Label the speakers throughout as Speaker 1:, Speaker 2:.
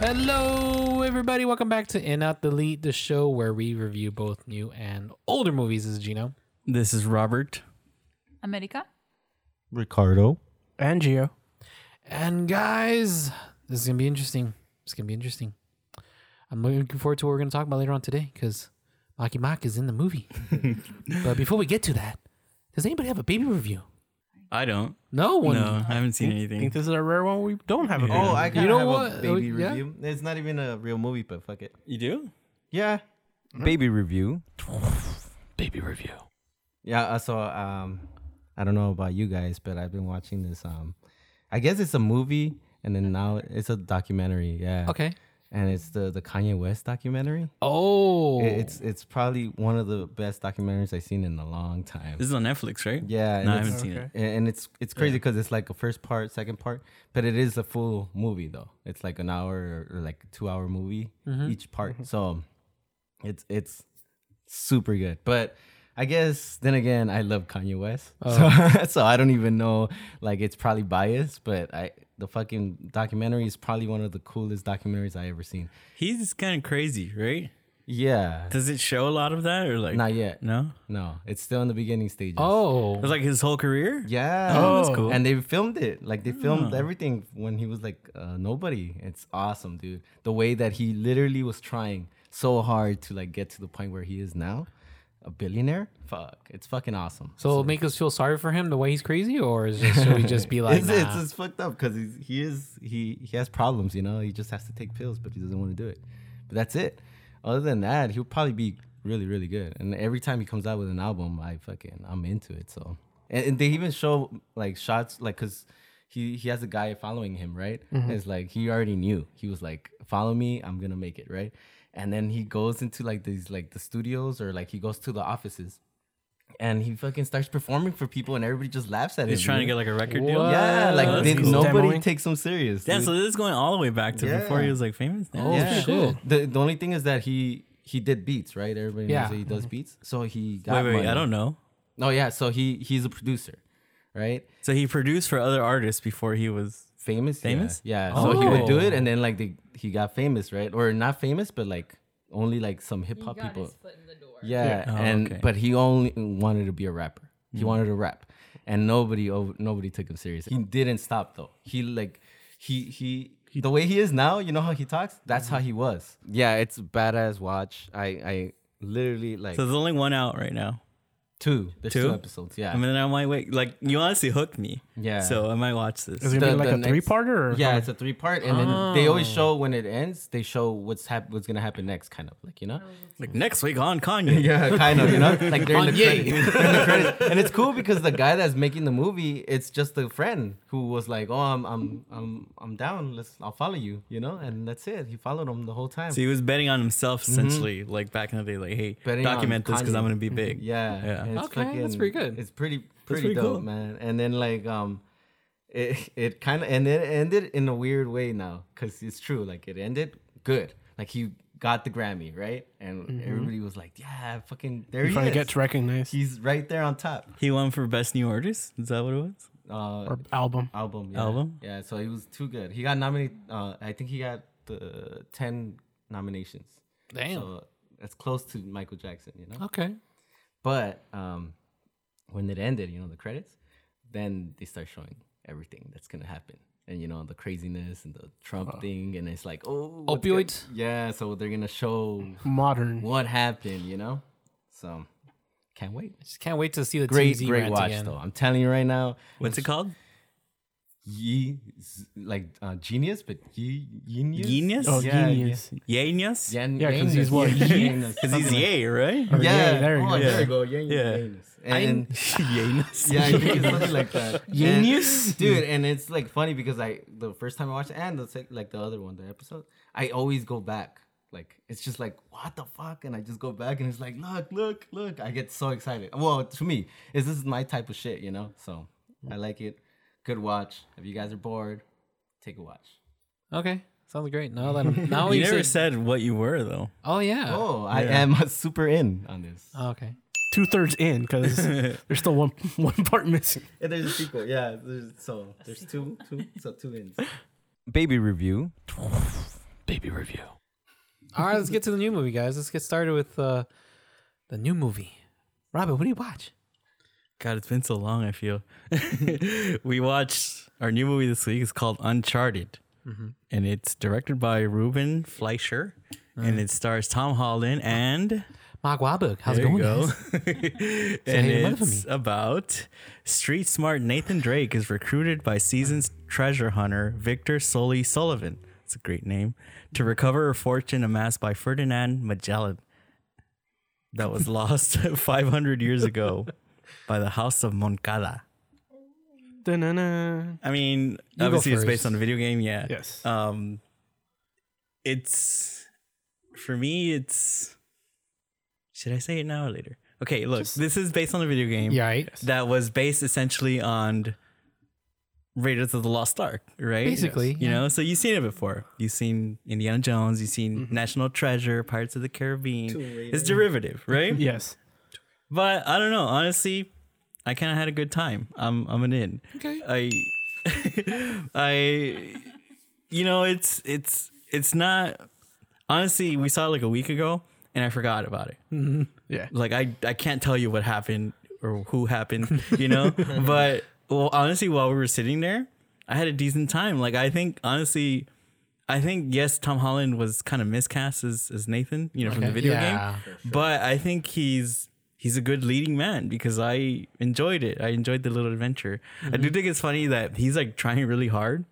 Speaker 1: Hello, everybody. Welcome back to In Out Delete, the show where we review both new and older movies. This is Gino.
Speaker 2: This is Robert.
Speaker 3: America.
Speaker 4: Ricardo.
Speaker 5: And Geo.
Speaker 1: And guys, this is going to be interesting. It's going to be interesting. I'm looking forward to what we're going to talk about later on today because Maki Mak is in the movie. but before we get to that, does anybody have a baby review?
Speaker 2: I don't.
Speaker 1: No one.
Speaker 2: No, I haven't seen
Speaker 5: I think
Speaker 2: anything.
Speaker 5: this is a rare one we don't have a
Speaker 2: Yeah.
Speaker 5: baby.
Speaker 4: Oh, I kind
Speaker 1: You know
Speaker 4: of have
Speaker 1: what?
Speaker 4: a baby
Speaker 1: Yeah.
Speaker 4: review. It's not even a real movie, but fuck it.
Speaker 2: You do?
Speaker 4: Yeah,
Speaker 1: Mm-hmm.
Speaker 4: baby review.
Speaker 1: Baby review.
Speaker 4: Yeah, uh, so um, I don't know about you guys, but I've been watching this. Um, I guess it's a movie, and then now it's a documentary. Yeah.
Speaker 1: Okay.
Speaker 4: And it's the the Kanye West documentary.
Speaker 1: Oh.
Speaker 4: It- It's it's probably one of the best documentaries I've seen in a long time.
Speaker 2: This is on Netflix, right?
Speaker 4: Yeah. and
Speaker 2: No, I
Speaker 4: it's-
Speaker 2: haven't seen
Speaker 5: Okay.
Speaker 2: it.
Speaker 4: and and it's it's crazy because it's like a first part, second part, but it is a full movie though. It's like an hour or like two hour movie
Speaker 2: Mm-hmm.
Speaker 4: each part, so it's it's super good. But I guess then again, I love Kanye West,
Speaker 2: Oh.
Speaker 4: so, so I don't even know. Like it's probably biased, but I the fucking documentary is probably one of the coolest documentaries I ever seen.
Speaker 2: He's kind of crazy, right?
Speaker 4: Yeah,
Speaker 2: Does it show a lot of that or like?
Speaker 4: not yet.
Speaker 2: No.
Speaker 4: No, it's still in the beginning stages.
Speaker 1: oh.
Speaker 2: It's like his whole career.
Speaker 4: Yeah.
Speaker 2: Oh, that's cool.
Speaker 4: And they filmed it. Like they filmed everything when he was like uh, nobody. It's awesome, dude. The way that he literally was trying so hard to like get to the point where he is now, a billionaire. Fuck, it's fucking awesome.
Speaker 1: so it'll make us feel sorry for him the way he's crazy, or is just, should we just be like,
Speaker 4: it's,
Speaker 1: nah?
Speaker 4: it's, it's fucked up because he is he he has problems. You know, he just has to take pills, but he doesn't want to do it. But that's it. Other than that, he'll probably be really really good. And every time he comes out with an album, I fucking I'm into it. So and, and they even show like shots like because. He, he has a guy following him, right? It's like he already knew. He was like, "Follow me, I'm gonna make it," right? And then he goes into like these like the studios or like he goes to the offices, and he fucking starts performing for people, and everybody just laughs at him.
Speaker 2: He's trying to
Speaker 4: dude.
Speaker 2: get like a record deal.
Speaker 4: Yeah,
Speaker 1: Oh,
Speaker 4: like
Speaker 2: That's
Speaker 4: they,
Speaker 2: cool.
Speaker 4: nobody
Speaker 5: Demoing.
Speaker 4: takes him serious.
Speaker 2: Yeah,
Speaker 4: dude.
Speaker 2: so this is going all the way back to before he was like famous. Now.
Speaker 1: oh,
Speaker 4: yeah.
Speaker 1: shit.
Speaker 4: the the only thing is that he he did beats, right? Everybody
Speaker 1: Yeah.
Speaker 4: knows that he does beats. So he got
Speaker 2: Mm-hmm. Wait, wait,
Speaker 4: money.
Speaker 2: I don't know.
Speaker 4: No, yeah, so he he's a producer, right?
Speaker 2: So he produced for other artists before he was.
Speaker 4: Famous, yeah.
Speaker 2: Famous?
Speaker 4: Yeah, so he would do
Speaker 1: Oh.
Speaker 4: it, and then like they, he got famous, right? Or not famous, but like only like some hip hop people.
Speaker 3: foot in the door.
Speaker 4: Yeah,
Speaker 2: Oh,
Speaker 4: and
Speaker 2: okay. Hmm.
Speaker 4: but he only wanted to be a rapper. He wanted to rap, and nobody over, nobody took him serious. He didn't stop though. He like he he. The way he is now, you know how he talks. That's how he was. Yeah, it's a badass. Watch, I, I literally like
Speaker 2: So there's only one out right now.
Speaker 4: two. There's two,
Speaker 2: two?
Speaker 4: episodes. Yeah,
Speaker 2: I mean, I might wait. Like you honestly hooked me.
Speaker 4: Yeah.
Speaker 2: So I might watch this.
Speaker 5: Is it gonna
Speaker 4: The-
Speaker 5: be like
Speaker 4: the
Speaker 5: a
Speaker 4: next-
Speaker 5: three parter or
Speaker 4: yeah, it's a three part, and then they always show when it ends. They show what's hap- what's gonna happen next, kind of like you know.
Speaker 2: Like next week on Kanye.
Speaker 4: Yeah, kind of, you know, like during the,
Speaker 1: Kanye.
Speaker 4: credits, during the credits. And it's cool because the guy that's making the movie, it's just a friend who was like, "Oh, I'm, I'm, I'm, I'm down. Let's, I'll follow you," you know. And that's it. He followed him the whole time.
Speaker 2: So he was betting on himself essentially, like back in the day, like, hey,
Speaker 4: Mm-hmm. Betting on
Speaker 2: document this because
Speaker 4: Kanye.
Speaker 2: I'm
Speaker 4: Mm-hmm.
Speaker 2: gonna be big.
Speaker 4: yeah,
Speaker 2: Yeah.
Speaker 4: and it's
Speaker 1: Okay, that's pretty good.
Speaker 4: It's pretty, pretty,
Speaker 2: pretty
Speaker 4: dope,
Speaker 2: cool.
Speaker 4: man. And then like, um, it, it kind of and it ended in a weird way now because it's true. Like it ended good. Like he got the Grammy, right? And
Speaker 1: Mm-hmm.
Speaker 4: everybody was like, "Yeah, fucking, there
Speaker 5: he
Speaker 4: he
Speaker 5: finally
Speaker 4: is."
Speaker 5: gets recognized
Speaker 4: He's right there on top.
Speaker 2: He won for best new artist. Is that what it was?
Speaker 4: Uh,
Speaker 5: or album?
Speaker 4: album yeah.
Speaker 2: Album?
Speaker 4: yeah so he was too good he got nominated uh i think he got the 10 nominations
Speaker 1: Damn.
Speaker 4: so that's close to michael jackson you know
Speaker 1: Okay.
Speaker 4: but um when it ended you know the credits then they start showing everything that's gonna happen and you know the craziness and the trump thing and it's like oh what's gonna-
Speaker 1: Opioids?
Speaker 4: yeah so they're gonna show
Speaker 5: Modern.
Speaker 4: what happened you know so can't wait
Speaker 1: Just can't wait to see the
Speaker 4: great
Speaker 1: TMZ
Speaker 4: great
Speaker 1: rant
Speaker 4: watch
Speaker 1: again.
Speaker 4: though i'm telling you right now
Speaker 2: What's it called?
Speaker 4: Ye, z- like uh, genius, but ye, genius.
Speaker 2: Genius?
Speaker 5: Oh,
Speaker 4: Yeah,
Speaker 5: genius.
Speaker 2: Yenyus? Yeah.
Speaker 4: Yen,
Speaker 5: Yeah, 'cause
Speaker 4: Yanus,
Speaker 5: he's what?
Speaker 4: yeah,
Speaker 5: Ye?
Speaker 4: Yanus,
Speaker 2: Because he's
Speaker 4: something like-
Speaker 2: yay, right?
Speaker 5: Or
Speaker 4: Yeah,
Speaker 5: yay, there you
Speaker 4: oh,
Speaker 5: go.
Speaker 4: there you go. Yen,
Speaker 2: Yeah.
Speaker 4: Yanus. And,
Speaker 2: Yenyus.
Speaker 4: yeah, I think it's something like that.
Speaker 5: Genius?
Speaker 4: And- dude. And it's like funny because I the first time I watched it and the sec, like the other one, the episode, I always go back. Like it's just like what the fuck, and I just go back and it's like look, look, look. I get so excited. Well, to me, is this is my type of shit, you know? So I like it. Good watch. If you guys are bored, take a watch.
Speaker 1: Okay. Sounds great. Now that I'm, now
Speaker 2: You
Speaker 1: you
Speaker 2: never
Speaker 1: said,
Speaker 2: said what you were, though.
Speaker 1: oh yeah.
Speaker 4: Oh, I am super in on this.
Speaker 1: Oh, okay.
Speaker 5: Two thirds in because there's still one one part missing.
Speaker 4: And there's a sequel, yeah. There's, so there's two, two, so two ins.
Speaker 6: baby review.
Speaker 2: baby review.
Speaker 1: All right, let's get to the new movie, guys. Let's get started with uh, the new movie. Robin, what do you watch?
Speaker 2: God, it's been so long. I feel we watched our new movie this week. It's called Uncharted,
Speaker 4: Mm-hmm.
Speaker 2: and it's directed by Ruben Fleischer,
Speaker 4: Uh-huh.
Speaker 2: and it stars Tom Holland and
Speaker 1: Mark Wahlberg. How's it
Speaker 2: There
Speaker 1: going,
Speaker 2: you go.
Speaker 1: guys?
Speaker 2: and
Speaker 1: hey to mother for
Speaker 2: it's about street smart Nathan Drake is recruited by seasoned treasure hunter Victor Sully Sullivan. It's a great name to recover a fortune amassed by Ferdinand Magellan that was lost 500 years ago by the House of Moncada.
Speaker 5: Da-na-na.
Speaker 2: I mean,
Speaker 1: go
Speaker 2: obviously it's based
Speaker 1: first.
Speaker 2: on a video game, yeah.
Speaker 5: Yes.
Speaker 2: Um it's for me it's should I say it now or later? Okay, look, this is based on a video game
Speaker 1: Yeah, right.
Speaker 2: that was based essentially on Raiders of the Lost Ark, right?
Speaker 1: Basically,
Speaker 2: You know, so you've seen it before. You've seen Indiana Jones, you've seen
Speaker 1: Mm-hmm.
Speaker 2: National Treasure, Pirates of the Caribbean. It's derivative, right?
Speaker 5: yes.
Speaker 2: But I don't know. Honestly, I kind of had a good time. I'm I'm an in.
Speaker 1: Okay.
Speaker 2: I I you know it's it's it's not. Honestly, we saw it like a week ago, and I forgot about it.
Speaker 5: Yeah.
Speaker 2: Like I I can't tell you what happened or who happened. You know. but well, honestly, while we were sitting there, I had a decent time. Like I think honestly. I think yes, Tom Holland was kind of miscast as, as Nathan, you know, from the
Speaker 1: Okay.
Speaker 2: video
Speaker 1: Yeah.
Speaker 2: game. But I think he's he's a good leading man because I enjoyed it. I enjoyed the little adventure. I
Speaker 1: Mm-hmm.
Speaker 2: do think it's funny that he's like trying really hard.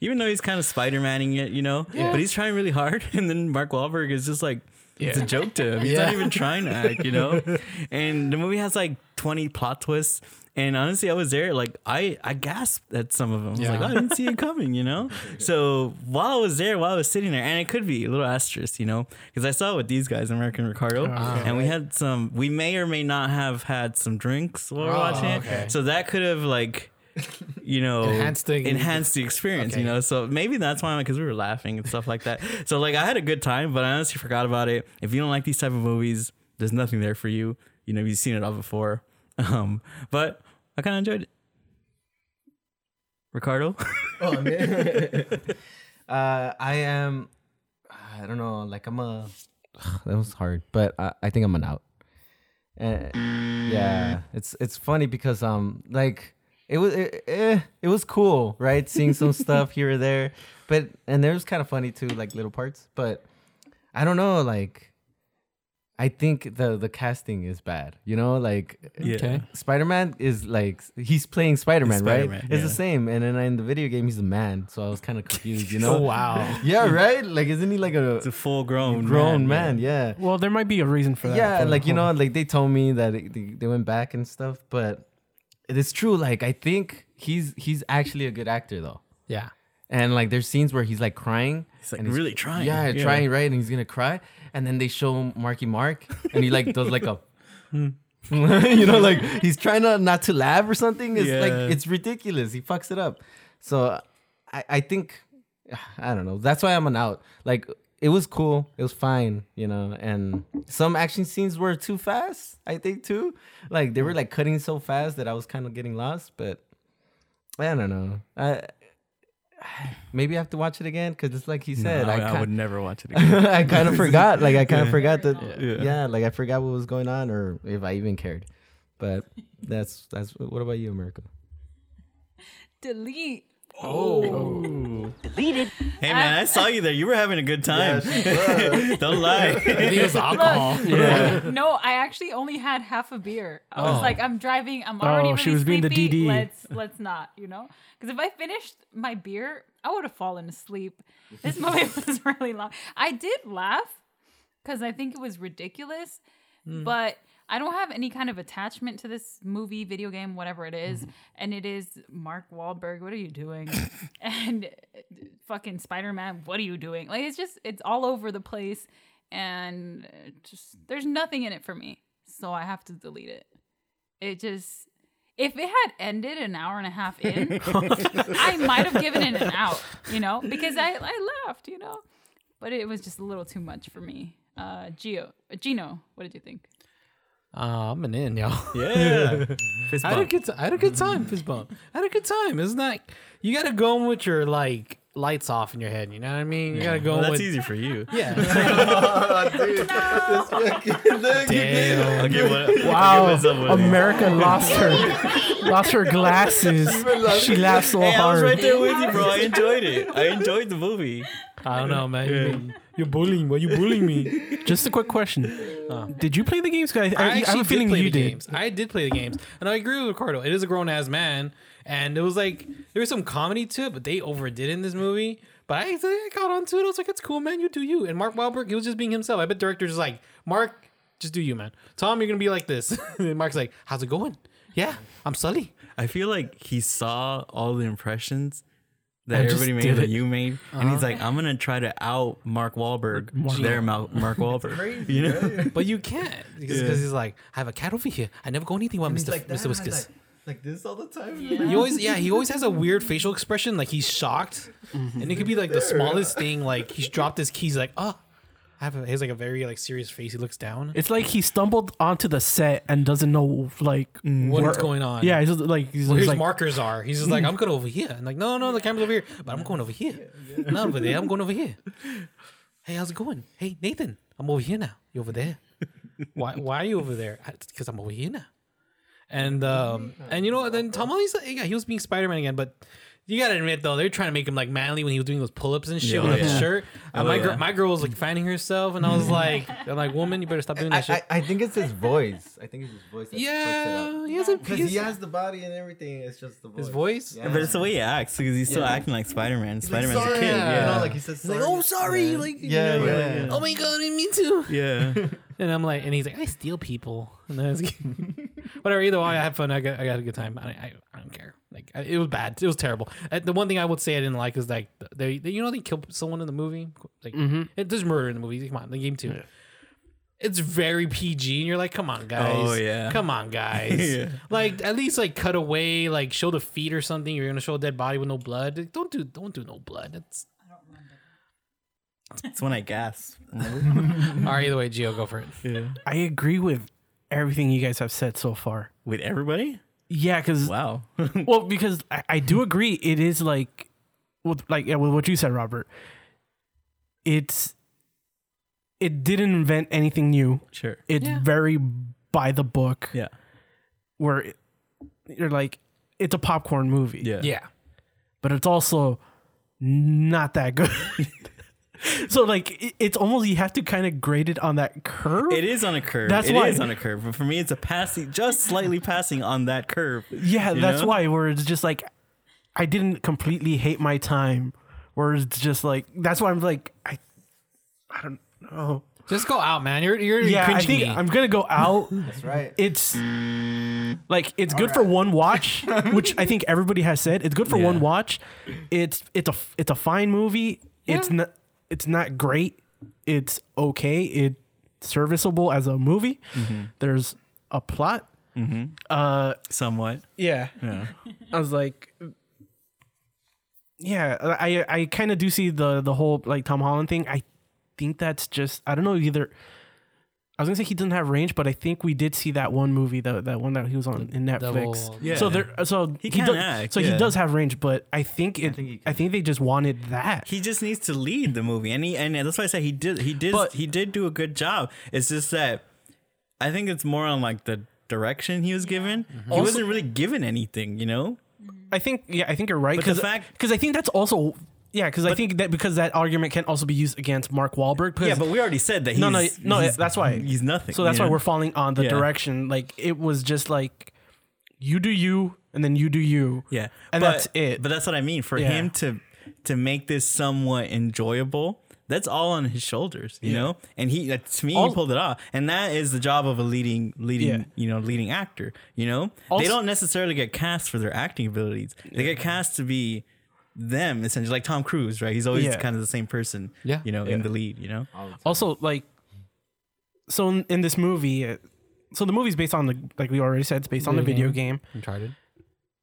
Speaker 2: Even though he's kind of Spider Maning it, you know, but he's trying really hard. And then Mark Wahlberg is just like, it's a joke to him. He's not
Speaker 1: Yeah.
Speaker 2: even trying to act, you know? and the movie has like 20 plot twists. And honestly, I was there, like, I, I gasped at some of them. I was like,
Speaker 1: Yeah.
Speaker 2: I didn't see it coming, you know? So while I was there, while I was sitting there, and it could be a little asterisk, you know? Because I saw it with these guys, American Ricardo,
Speaker 1: Oh,
Speaker 2: and we had some, we may or may not have had some drinks while we we're
Speaker 1: Oh,
Speaker 2: watching
Speaker 1: okay.
Speaker 2: it. So that could have, like, you know,
Speaker 1: Enhanced the-
Speaker 2: enhanced the experience,
Speaker 1: Okay.
Speaker 2: you know? So maybe that's why, because we were laughing and stuff like that. So, like, I had a good time, but I honestly forgot about it. If you don't like these type of movies, there's nothing there for you. You know, you've seen it all before. Um, but I kind of enjoyed it. Ricardo?
Speaker 4: Oh, man. uh, I am. I don't know. Like I'm a. that was hard, but I, I think I'm an out. Uh, yeah, it's it's funny because um like it was it, eh, it was cool right seeing some stuff here or there, but and there was kind of funny too like little parts, but I don't know like. I think the the casting is bad. You know, like
Speaker 2: Yeah.
Speaker 1: Okay.
Speaker 4: Spider Man is like he's playing Spider Man,
Speaker 2: He's
Speaker 4: right?
Speaker 2: Spider-Man,
Speaker 4: It's the
Speaker 2: yeah.
Speaker 4: same, and then in the video game he's a man, so I was kind of confused, you
Speaker 1: Oh,
Speaker 4: know?
Speaker 1: wow.
Speaker 4: yeah, right. Like, isn't he like
Speaker 2: It's
Speaker 4: a
Speaker 2: a full grown
Speaker 4: grown man? Yeah,
Speaker 5: Well, there might be a reason for that.
Speaker 4: yeah.
Speaker 5: for the
Speaker 4: Like you
Speaker 5: whole-
Speaker 4: know, like they told me that it, they, they went back and stuff, but it is true. Like I think he's he's actually a good actor though,
Speaker 1: Yeah.
Speaker 4: and like there's scenes where he's like crying.
Speaker 2: He's like
Speaker 4: and he's
Speaker 2: really trying.
Speaker 4: yeah, trying right, and he's gonna cry, and then they show Marky Mark, and he like does like a, Hmm. you know, like he's trying to not to laugh or something. It's
Speaker 2: Yeah.
Speaker 4: like it's ridiculous. He fucks it up. So I I think I don't know. That's why I'm an out. Like it was cool, it was fine, you know, and some action scenes were too fast. I think too, like they were like cutting so fast that I was kind of getting lost, but. I don't know. I maybe I have to watch it again because it's like he said.
Speaker 2: I,
Speaker 4: I,
Speaker 2: I
Speaker 4: ki-
Speaker 2: would never watch it again.
Speaker 4: I kind of forgot. Like I kind of forgot that. Yeah.
Speaker 2: Yeah.
Speaker 4: like I forgot what was going on or if I even cared. But that's that's. What about you, America?
Speaker 3: Delete.
Speaker 2: hey man, I saw you there. You were having a good time. Don't lie.
Speaker 1: He was alcohol.
Speaker 3: No, I actually only had half a beer. I was like, I'm driving. I'm already
Speaker 5: Oh,
Speaker 3: really
Speaker 5: she was being
Speaker 3: sleepy.
Speaker 5: the DD.
Speaker 3: Let's let's not, you know, because if I finished my beer, I would have fallen asleep. This movie was really long. I did laugh because I think it was ridiculous,
Speaker 5: Hmm.
Speaker 3: but I don't have any kind of attachment to this movie, video game, whatever it is.
Speaker 5: Mm-hmm.
Speaker 3: And it is Mark Wahlberg. What are you doing? and uh, fucking Spider Man. What are you doing? Like it's just it's all over the place, and uh, just there's nothing in it for me. So I have to delete it. It just if it had ended an hour and a half in, I might have given it an out, you know, because I, I laughed, you know, but it was just a little too much for me. Uh, Gio, uh, Gino, what did you think?
Speaker 1: Uh, I'm an in, yo.
Speaker 2: yeah. Fist
Speaker 1: I had a
Speaker 2: bump.
Speaker 1: good, t- I had a good time, fist bump. I had a good time. It's not you got to go in with your like lights off in your head. You know what I mean? You gotta go
Speaker 2: Well, that's
Speaker 1: with
Speaker 2: easy for you.
Speaker 1: yeah.
Speaker 2: I'll give one. I'll give
Speaker 5: Wow,
Speaker 2: myself one of these.
Speaker 5: America lost her, lost her glasses. She laughed so
Speaker 2: Hey, I was
Speaker 5: hard.
Speaker 2: right there with you, bro. I enjoyed it. I enjoyed the movie.
Speaker 1: I don't know, man.
Speaker 5: You're bullying. Why you bullying me? Just a quick question. Did you play the games? 'Cause I, I, I have
Speaker 1: actually
Speaker 5: a feeling
Speaker 1: did play
Speaker 5: you
Speaker 1: the
Speaker 5: did.
Speaker 1: games. I did play the games, and I agree with Ricardo. It is a grown ass man, and it was like there was some comedy to it, but they overdid it in this movie. But I, I caught on to it. I was like, "It's cool, man. You do you." And Mark Wahlberg, he was just being himself. I bet directors like, "Mark, just do you, man. Tom, you're gonna be like this." and Mark's like, "How's it going? Yeah, I'm Sully.
Speaker 2: I feel like he saw all the impressions that
Speaker 5: I just
Speaker 2: everybody
Speaker 5: did
Speaker 2: made that
Speaker 5: it.
Speaker 2: you made, and he's like, "I'm gonna try to out Mark Wahlberg, their Mar- Mark Wahlberg." You know,
Speaker 1: But you can't because he's like, I have a cat over here. I never go anything about Mister Mister Whiskas."
Speaker 4: like this all the time.
Speaker 1: He always, yeah, he always has a weird facial expression, like he's shocked, and it could be like the smallest thing, like he's dropped his keys, like oh, I have. A, he has like a very like serious face. He looks down.
Speaker 5: It's like he stumbled onto the set and doesn't know like
Speaker 1: What is going on?
Speaker 5: Yeah, he's just like he's
Speaker 1: Where
Speaker 5: just
Speaker 1: his
Speaker 5: like
Speaker 1: markers are. He's just like, I'm going over here. And like, no, no, the camera's over here. But I'm going over here. Not over there. I'm going over here. Hey, how's it going? Hey, Nathan, I'm over here now. You over there? Why? Why are you over there? Because I'm over here now. And um, and you know what? Then Tom Holland's yeah, he was being Spider Man again, but. You gotta admit though, they're trying to make him like manly when he was doing those pull-ups and shit
Speaker 2: Yeah,
Speaker 1: without
Speaker 2: yeah.
Speaker 1: the shirt. And
Speaker 2: Oh,
Speaker 1: my
Speaker 2: yeah.
Speaker 1: girl, my girl was like fanning herself, and I was like, I'm like, woman, you better stop doing
Speaker 4: I,
Speaker 1: that shit.
Speaker 4: I- I think it's his voice. I think it's his voice. That
Speaker 1: yeah, he has a
Speaker 4: Because he
Speaker 1: he has-
Speaker 4: has the body and everything. It's just the voice.
Speaker 1: his voice.
Speaker 4: Yeah.
Speaker 2: but it's the way he acts because he's still acting like Spider Man. Spider Man's a
Speaker 4: sorry,
Speaker 2: kid.
Speaker 4: You know,
Speaker 2: Yeah,
Speaker 4: like he says,
Speaker 1: He's like, oh, sorry, like, you
Speaker 4: Yeah,
Speaker 1: know,
Speaker 4: yeah,
Speaker 1: like,
Speaker 4: yeah.
Speaker 1: oh my god, and me too.
Speaker 2: yeah.
Speaker 1: And I'm like, and he's like, I steal people. And then it's whatever. Either way, I had fun. I got, I got a good time. I, I, I don't care. Like, I, it was bad. It was terrible. Uh, the one thing I would say I didn't like is like they, they you know, they kill someone in the movie. Like, it, there's murder in the movie. Come on, the game too. It's very PG, and you're like, come on, guys.
Speaker 2: Oh, yeah.
Speaker 1: Come on, guys.
Speaker 2: Yeah.
Speaker 1: Like, at least like cut away, like show the feet or something. You're gonna show a dead body with no blood. Like, Don't do, don't do no blood. That's
Speaker 2: It's when I gasp.
Speaker 1: all right. Either way, Geo, go for it.
Speaker 2: Yeah.
Speaker 5: I agree with everything you guys have said so far.
Speaker 2: With everybody?
Speaker 5: Yeah, because
Speaker 2: Wow.
Speaker 5: well, because I, I do agree. It is like with like yeah, with what you said, Robert. It's it didn't invent anything new.
Speaker 2: sure.
Speaker 5: It's very by the book.
Speaker 2: Yeah.
Speaker 5: Where it, you're like, it's a popcorn movie.
Speaker 2: Yeah.
Speaker 1: Yeah.
Speaker 5: but it's also not that good. so like it- it's almost you have to kind of grade it on that curve.
Speaker 2: It is on a curve.
Speaker 5: That's
Speaker 2: It
Speaker 5: why-
Speaker 2: is on a curve. But for me, it's a passing, just slightly passing on that curve.
Speaker 5: yeah,
Speaker 2: you
Speaker 5: that's
Speaker 2: know?
Speaker 5: why where it's just like I didn't completely hate my time. Where it's just like that's why I'm like I I don't know.
Speaker 1: Just go out, man. You're you're
Speaker 5: Yeah, I
Speaker 1: cringing
Speaker 5: think
Speaker 1: me.
Speaker 5: I'm gonna go out.
Speaker 4: That's right.
Speaker 5: It's like it's good for one watch, which I think everybody has said. It's good for one
Speaker 2: Yeah.
Speaker 5: watch. It's it's a it's a fine movie. It's
Speaker 1: Yeah.
Speaker 5: not it's not great. It's okay. It's serviceable as a movie. There's a plot. Uh,
Speaker 2: Somewhat.
Speaker 5: yeah.
Speaker 2: Yeah.
Speaker 5: I was like, yeah, I I kind of do see the the whole like Tom Holland thing. I think that's just I don't know either. I was gonna say he doesn't have range, but I think we did see that one movie, the that one that he was on in Netflix.
Speaker 1: double-
Speaker 2: Yeah.
Speaker 5: So there, so he,
Speaker 2: can
Speaker 5: does,
Speaker 2: act,
Speaker 5: So
Speaker 2: yeah.
Speaker 5: he does have range, but I think it. I
Speaker 4: think he
Speaker 5: think,
Speaker 4: can.
Speaker 5: they just wanted that.
Speaker 2: he just needs to lead the movie, and he, and that's why I say he did he did
Speaker 5: But-
Speaker 2: he did do a good job. It's just that I think it's more on like the direction he was given. He wasn't really given anything, you know.
Speaker 5: I think yeah, I think you're right
Speaker 2: But the
Speaker 5: because
Speaker 2: fact-
Speaker 5: I think that's also yeah because I think that because that argument can also be used against Mark Wahlberg.
Speaker 2: Yeah,
Speaker 5: because-
Speaker 2: but we already said that. He's,
Speaker 5: no, no, no.
Speaker 2: he's-
Speaker 5: that's why
Speaker 2: he's nothing.
Speaker 5: So that's
Speaker 2: you
Speaker 5: why
Speaker 2: know?
Speaker 5: we're falling on the
Speaker 2: Yeah.
Speaker 5: direction. Like it was just like you do you, and then you do you.
Speaker 2: Yeah,
Speaker 5: and
Speaker 2: but-
Speaker 5: that's it.
Speaker 2: But that's what I mean for
Speaker 5: Yeah.
Speaker 2: him to to make this somewhat enjoyable. That's all on his shoulders, you know. And he, that, to me,
Speaker 5: All-
Speaker 2: he pulled it off, and that is the job of a leading, leading,
Speaker 5: Yeah.
Speaker 2: you know, leading actor. You know,
Speaker 5: Also-
Speaker 2: they don't necessarily get cast for their acting abilities. They get cast to be them essentially, like Tom Cruise, right? He's always
Speaker 5: Yeah.
Speaker 2: kind of the same person,
Speaker 1: Yeah.
Speaker 2: you know, in the lead, you know.
Speaker 5: also, like, so in, in this movie, uh, so the movie's based on the like we already said, it's based on the video game.
Speaker 1: Uncharted.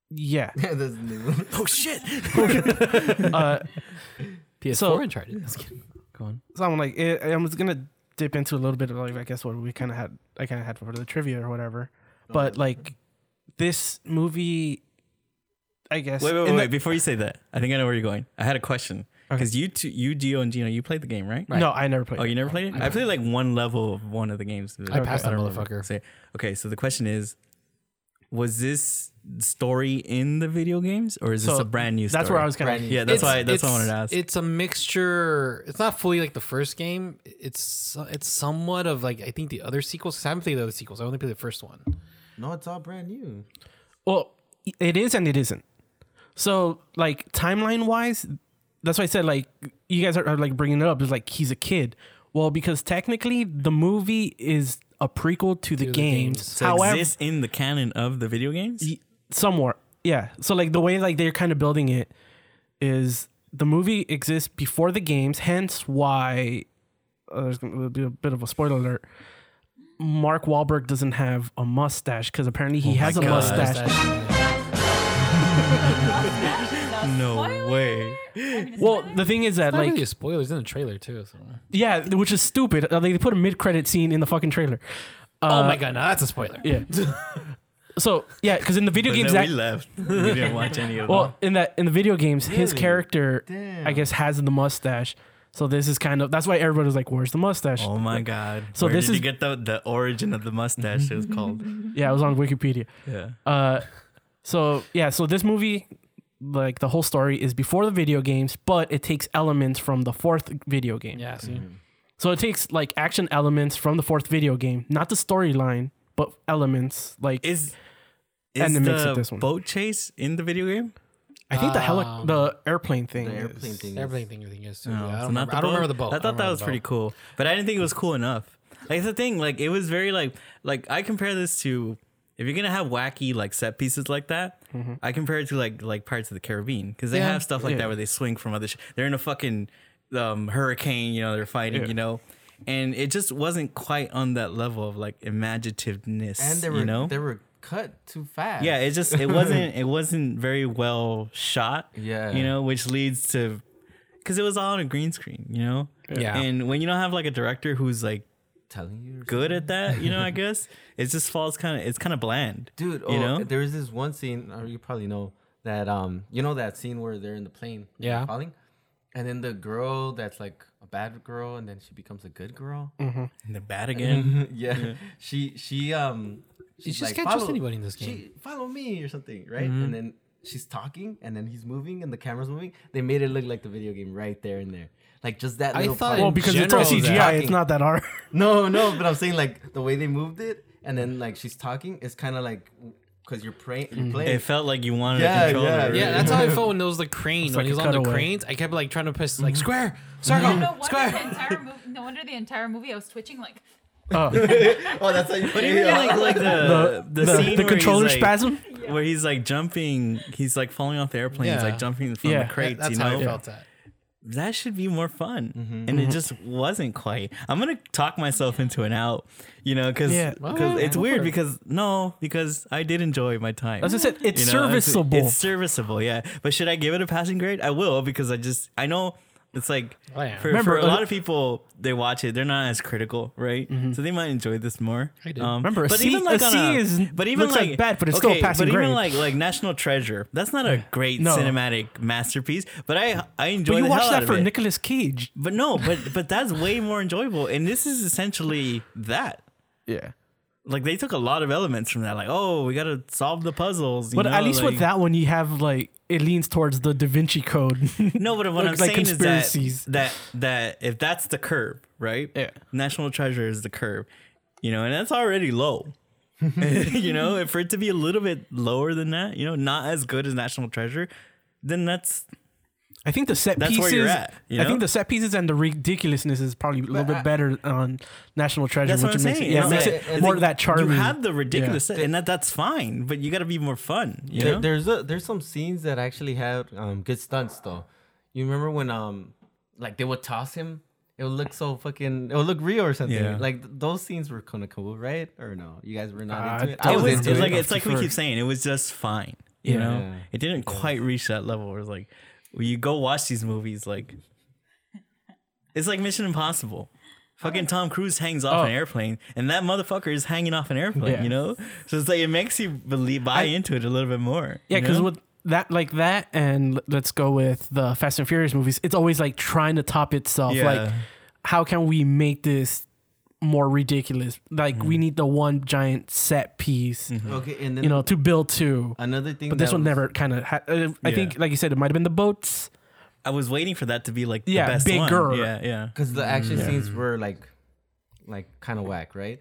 Speaker 5: Yeah.
Speaker 4: That's new.
Speaker 2: Oh shit!
Speaker 5: uh,
Speaker 1: PS4
Speaker 5: So-
Speaker 1: Uncharted. Just kidding. Go on.
Speaker 5: so I'm like, eh, I'm just gonna dip into a little bit of like I guess what we kind of had, I kind of had for the trivia or whatever. But like, this movie, I guess.
Speaker 2: Wait, wait, wait,
Speaker 5: In the-
Speaker 2: wait, Before you say that, I think I know where you're going. I had a question because you, two, you, Dio, and Gino, you played the game, right?
Speaker 5: No, I never played.
Speaker 2: Oh, you never played it? I played like one level of one of the games.
Speaker 1: I passed that
Speaker 2: don't remember.
Speaker 1: motherfucker.
Speaker 2: Say- Okay, so the question is, was this story in the video games or is this
Speaker 5: So
Speaker 2: a brand new? Story?
Speaker 5: That's where I was kind
Speaker 4: Brand
Speaker 5: of.
Speaker 4: new.
Speaker 2: Yeah, that's
Speaker 1: It's-
Speaker 2: why. That's what I wanted to
Speaker 1: it's-
Speaker 2: ask.
Speaker 1: It's a mixture. It's not fully like the first game. It's it's somewhat of like I think the other sequels. 'cause I haven't played the other sequels. I only played the first one.
Speaker 4: No, it's all brand new.
Speaker 5: Well, it is and it isn't. So like timeline wise, that's why I said like you guys are, are like bringing it up. It's like he's a kid. Well, because technically the movie is a prequel to the
Speaker 1: the
Speaker 5: games.
Speaker 1: games.
Speaker 2: so exists in the canon of the video games.
Speaker 5: y- somewhat yeah so like the way like they're kind of building it is the movie exists before the games hence why uh, there's going to be a bit of a spoiler alert Mark Wahlberg doesn't have a mustache because apparently he has a
Speaker 2: Oh God.
Speaker 5: mustache.
Speaker 2: no way.
Speaker 5: Well, the thing is that
Speaker 1: Not
Speaker 5: like
Speaker 1: really a spoiler. It's in the trailer too.
Speaker 2: uh,
Speaker 1: So.
Speaker 5: yeah, which is stupid. Uh, They put a mid-credit scene in the fucking trailer.
Speaker 1: oh my god, now that's a spoiler.
Speaker 5: Yeah. so yeah, because in the video
Speaker 2: But
Speaker 5: games
Speaker 2: then
Speaker 5: that
Speaker 2: we left. We didn't watch any of them.
Speaker 5: Well, in that in the video games, his
Speaker 4: Really?
Speaker 5: character, I
Speaker 4: Damn.
Speaker 5: guess, has the mustache. So this is kind of that's why everybody was like, "Where's the mustache?"
Speaker 2: Oh my god!
Speaker 5: So
Speaker 2: Where
Speaker 5: this
Speaker 2: did
Speaker 5: is-
Speaker 2: you get the the origin of the mustache. It was called.
Speaker 5: Yeah, it was on Wikipedia.
Speaker 2: Yeah.
Speaker 5: Uh, so yeah, so this movie, like the whole story, is before the video games, but it takes elements from the fourth video game.
Speaker 1: Yeah. See.
Speaker 5: So it takes like action elements from the fourth video game, not the storyline, but elements like
Speaker 2: Is is
Speaker 5: And it
Speaker 2: the
Speaker 5: makes it this one.
Speaker 2: boat chase in the video game?
Speaker 5: I think the heli-
Speaker 2: Ah.
Speaker 1: Um,
Speaker 5: the airplane thing.
Speaker 4: The
Speaker 5: is-
Speaker 4: airplane thing.
Speaker 1: Everything thing you think is. Too.
Speaker 2: No,
Speaker 1: yeah, I
Speaker 2: so
Speaker 1: don't,
Speaker 2: not
Speaker 1: remember, I don't remember the boat.
Speaker 2: I thought that was pretty cool, but I didn't think it was cool enough. Like the thing, like it was very like like I compare this to if you're gonna have wacky like set pieces like that, I compare it to like like Pirates of the Caribbean because they
Speaker 1: Mm-hmm. Yeah.
Speaker 2: have stuff like
Speaker 5: Yeah.
Speaker 2: that where they swing from other. Sh- they're in a fucking um, hurricane, you know. They're fighting, you know. And it just wasn't quite on that level of like imaginativeness,
Speaker 4: And they were
Speaker 2: you know.
Speaker 4: they were cut too fast.
Speaker 2: Yeah, it just it wasn't it wasn't very well shot.
Speaker 4: Yeah.
Speaker 2: you know, which leads to because it was all on a green screen. You know,
Speaker 1: Yeah.
Speaker 2: And when you don't have like a director who's like
Speaker 4: telling you. or
Speaker 2: good at that, you know, I guess it just falls kind of it's kind of bland,
Speaker 4: dude oh,
Speaker 2: you know,
Speaker 4: there is this one scene or you probably know that um you know that scene where they're in the plane and they're
Speaker 1: Yeah.
Speaker 4: falling and then the girl that's like a bad girl and then she becomes a good girl
Speaker 1: Mm.
Speaker 2: And they're bad
Speaker 1: Mm-hmm.
Speaker 2: again.
Speaker 4: yeah. she she um she's
Speaker 1: just can't trust anybody in this
Speaker 4: she, follow me or something right
Speaker 2: Mm-hmm.
Speaker 4: and then she's talking and then he's moving and the camera's moving they made it look like the video game right there and there like just that
Speaker 1: I
Speaker 4: little
Speaker 1: thought
Speaker 4: part.
Speaker 1: it
Speaker 5: Well, because it's all
Speaker 1: General,
Speaker 5: CGI,
Speaker 1: that-
Speaker 5: it's not that hard.
Speaker 4: No, no, but I'm saying like the way they moved it, and then like she's talking, it's kind of like because you're praying,
Speaker 1: Mm-hmm.
Speaker 4: you're playing.
Speaker 2: It felt like you wanted
Speaker 4: Yeah,
Speaker 2: to control
Speaker 4: yeah,
Speaker 2: it.
Speaker 1: Yeah,
Speaker 2: right?
Speaker 1: that's how I felt when there was the crane. when
Speaker 5: like
Speaker 1: he
Speaker 5: a
Speaker 1: was on the
Speaker 5: cutaway.
Speaker 1: cranes, I kept like trying to press
Speaker 2: Mm-hmm.
Speaker 1: like square,
Speaker 3: No,
Speaker 1: circle,
Speaker 3: no wonder
Speaker 1: square.
Speaker 3: the entire movie. No wonder the entire movie I was twitching like.
Speaker 4: oh, that's how you
Speaker 2: But
Speaker 4: feel.
Speaker 2: even like, like the the,
Speaker 5: the-
Speaker 2: scene where
Speaker 5: the
Speaker 2: he's,
Speaker 5: controller
Speaker 2: like-
Speaker 5: spasm?
Speaker 2: where he's like jumping, he's like falling off the airplane, he's
Speaker 1: Yeah.
Speaker 2: like jumping from
Speaker 5: Yeah.
Speaker 2: the crates.
Speaker 1: That's
Speaker 2: you know?
Speaker 1: how I felt that.
Speaker 2: that should be more fun.
Speaker 1: Mm-hmm.
Speaker 2: And
Speaker 5: Mm-hmm.
Speaker 2: it just wasn't quite. I'm gonna talk myself into an out, you know, because
Speaker 5: Yeah.
Speaker 1: Well,
Speaker 2: it's
Speaker 1: go for
Speaker 2: weird
Speaker 1: it.
Speaker 2: because no, because I did enjoy my time.
Speaker 5: As I said, it's
Speaker 2: You know, it's-
Speaker 5: serviceable.
Speaker 2: It's, serviceable, yeah. But should I give it a passing grade? I will because I just I know it's like
Speaker 1: Oh, yeah.
Speaker 2: for,
Speaker 5: Remember,
Speaker 2: for a
Speaker 5: uh,
Speaker 2: lot of people they watch it, they're not as critical, right? So they might enjoy this more. Um, I
Speaker 1: did.
Speaker 5: Mm-hmm. Remember, a C- a C is- looks like bad, but it's still a passing
Speaker 2: But
Speaker 5: grade.
Speaker 2: even like like National Treasure, that's not a great
Speaker 5: No.
Speaker 2: cinematic masterpiece. But I I enjoy.
Speaker 5: But you
Speaker 2: the
Speaker 5: watch
Speaker 2: hell out
Speaker 5: that
Speaker 2: of
Speaker 5: for
Speaker 2: it.
Speaker 5: Nicolas Cage.
Speaker 2: But no, but but that's way more enjoyable. And this is essentially that.
Speaker 5: Yeah.
Speaker 2: Like they took a lot of elements from that. Like, oh, we gotta solve the puzzles. you
Speaker 5: But at
Speaker 2: know,
Speaker 5: least
Speaker 2: like-
Speaker 5: with that one, you have like it leans towards the Da Vinci Code.
Speaker 2: No, but what
Speaker 5: like-
Speaker 2: I'm
Speaker 5: like
Speaker 2: saying
Speaker 5: conspiracies.
Speaker 2: is that, that that if that's the curb, right?
Speaker 5: Yeah.
Speaker 2: National Treasure is the curb, you know, and that's already low. you know, if for it to be a little bit lower than that, you know, not as good as National Treasure, then that's
Speaker 5: I think the set
Speaker 2: That's
Speaker 5: pieces.
Speaker 2: where you're at, you
Speaker 5: I
Speaker 2: know? uh,
Speaker 5: think the set pieces and the ridiculousness is probably a little bit better on National Treasure,
Speaker 2: that's
Speaker 5: which
Speaker 2: what I'm
Speaker 5: makes
Speaker 2: saying.
Speaker 5: it, yeah,
Speaker 2: you know,
Speaker 5: makes
Speaker 2: like,
Speaker 5: it
Speaker 2: it's
Speaker 5: more
Speaker 2: like,
Speaker 5: of that charming.
Speaker 2: You have the ridiculous, and that that's fine, but you got to be more fun. You
Speaker 4: There-
Speaker 2: know,
Speaker 4: there's a, there's some scenes that actually had um good stunts though. You remember when um like they would toss him, it would look so fucking, it would look real or something.
Speaker 2: Yeah.
Speaker 4: Like th- those scenes were kind of cool, right? Or no, you guys were
Speaker 5: Uh,
Speaker 4: not into it.
Speaker 5: I
Speaker 4: I
Speaker 2: it
Speaker 4: was
Speaker 2: was,
Speaker 4: into
Speaker 2: it's
Speaker 4: it.
Speaker 2: like it's like we
Speaker 5: prefer-
Speaker 2: keep saying it was just fine you
Speaker 5: Yeah.
Speaker 2: know
Speaker 4: Yeah.
Speaker 2: it didn't quite reach that level where it's like when you go watch these movies like it's like mission impossible fucking tom cruise hangs off an
Speaker 5: Oh.
Speaker 2: airplane and that motherfucker is hanging off an airplane
Speaker 5: Yeah.
Speaker 2: you know so it's like it makes you believe buy into it a little bit more
Speaker 5: yeah,
Speaker 2: you
Speaker 5: because
Speaker 2: know?
Speaker 5: with that like that and l- let's go with the Fast and Furious movies. It's always like trying to top itself. Like
Speaker 2: Yeah.
Speaker 5: how can we make this more ridiculous? Like
Speaker 2: Mm.
Speaker 5: we need the one giant set piece,
Speaker 2: Mm-hmm.
Speaker 4: Okay, and then
Speaker 5: you know, to build to.
Speaker 4: another thing.
Speaker 5: But this
Speaker 4: that
Speaker 5: one
Speaker 4: was-
Speaker 5: never kind of. Ha- uh, I
Speaker 2: Yeah.
Speaker 5: think, like you said, it might have been the boats.
Speaker 2: I was waiting for that to be like
Speaker 5: Yeah,
Speaker 2: the best
Speaker 5: bigger.
Speaker 2: one. Yeah, yeah.
Speaker 4: because the action scenes
Speaker 5: Mm-hmm.
Speaker 4: were like like kind of whack right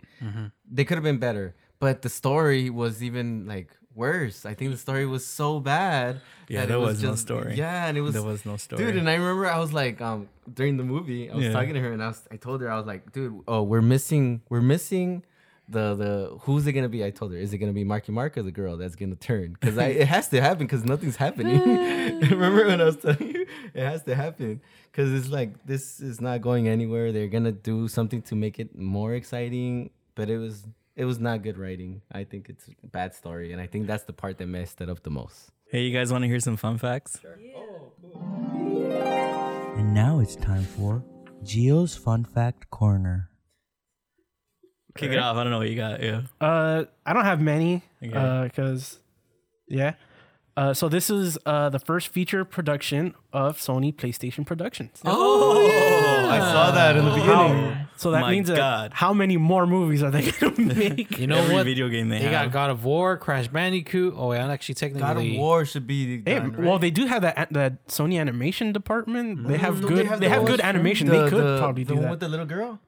Speaker 4: they could have been better but the story was even like worse i think the story was so bad
Speaker 2: Yeah,
Speaker 4: that it
Speaker 2: there was no story.
Speaker 4: yeah and it was
Speaker 2: There was no story.
Speaker 4: dude and i remember i was like um during the movie i was
Speaker 2: Yeah.
Speaker 4: talking to her and i was i told her i was like dude oh we're missing we're missing the the who's it gonna be? I told her, is it gonna be Marky Mark or the girl that's gonna turn? Because it has to happen because nothing's happening. Remember when I was telling you, it has to happen because it's like this is not going anywhere. They're gonna do something to make it more exciting, but it was it was not good writing. I think it's a bad story, and I think that's the part that messed it up the most.
Speaker 2: Hey, you guys want to hear some fun facts? Sure. And now it's time for Geo's fun fact corner. Kick it off. I don't know what you got. Yeah.
Speaker 5: Uh, I don't have many
Speaker 2: Okay.
Speaker 5: because, yeah. Uh, so this is uh, the first feature production of Sony PlayStation Productions.
Speaker 4: Oh, I saw that in the beginning.
Speaker 5: Wow. So that
Speaker 2: My
Speaker 5: means that
Speaker 2: God.
Speaker 5: how many more movies are they going to make?
Speaker 1: You know
Speaker 2: Every
Speaker 1: what?
Speaker 2: video game they,
Speaker 1: they got
Speaker 2: have.
Speaker 1: God of War, Crash Bandicoot. Oh, yeah, actually technically.
Speaker 4: God of War should be.
Speaker 5: Hey,
Speaker 4: done,
Speaker 5: well,
Speaker 4: right?
Speaker 5: they do have that that Sony animation department. They have
Speaker 4: Don't
Speaker 5: good. They have,
Speaker 4: the old
Speaker 5: good
Speaker 4: stream?
Speaker 5: animation.
Speaker 4: The-
Speaker 5: they could
Speaker 4: the-
Speaker 5: probably
Speaker 4: the
Speaker 5: do
Speaker 4: one
Speaker 5: that.
Speaker 4: with the little girl.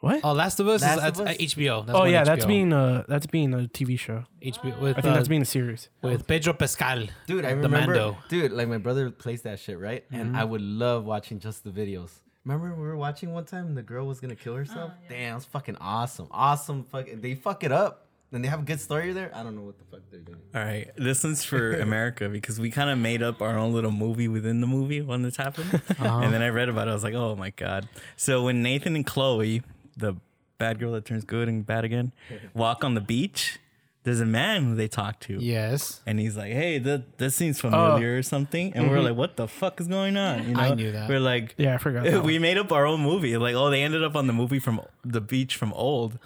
Speaker 5: what?
Speaker 1: Oh, Last of Us
Speaker 4: Last
Speaker 1: is
Speaker 4: of
Speaker 1: that's
Speaker 4: Us?
Speaker 1: uh, HBO. That's
Speaker 5: oh
Speaker 1: on
Speaker 5: yeah, that's
Speaker 1: HBO.
Speaker 5: being uh that's being a TV show.
Speaker 1: HBO with,
Speaker 5: I think
Speaker 1: uh,
Speaker 5: that's being a series.
Speaker 1: with Pedro Pascal.
Speaker 4: Dude, I
Speaker 1: the
Speaker 4: remember.
Speaker 1: Mando.
Speaker 4: Dude, like my brother plays that shit, right?
Speaker 5: Mm-hmm.
Speaker 4: And I would love watching just the videos. Remember we were watching one time and the girl was gonna
Speaker 3: Oh,
Speaker 4: kill herself? Damn, it's fucking awesome. Awesome fucking they fuck it up. And they have a good story there. I don't know what the fuck they're doing.
Speaker 2: All right, this one's for America because we kind of made up our own little movie within the movie when this happened.
Speaker 1: Uh-huh.
Speaker 2: And then I read about it. I was like, oh my God. So when Nathan and Chloe, the bad girl that turns good and bad again, walk on the beach, there's a man who they talk to.
Speaker 1: Yes.
Speaker 2: And he's like, hey, that, that seems familiar or something. And we're like, what the fuck is going on? You know?
Speaker 1: Oh. Mm-hmm. I knew that.
Speaker 2: We're like,
Speaker 5: Yeah, I forgot that
Speaker 2: we made up our own movie. Like, oh, they ended up on the movie from the beach from old,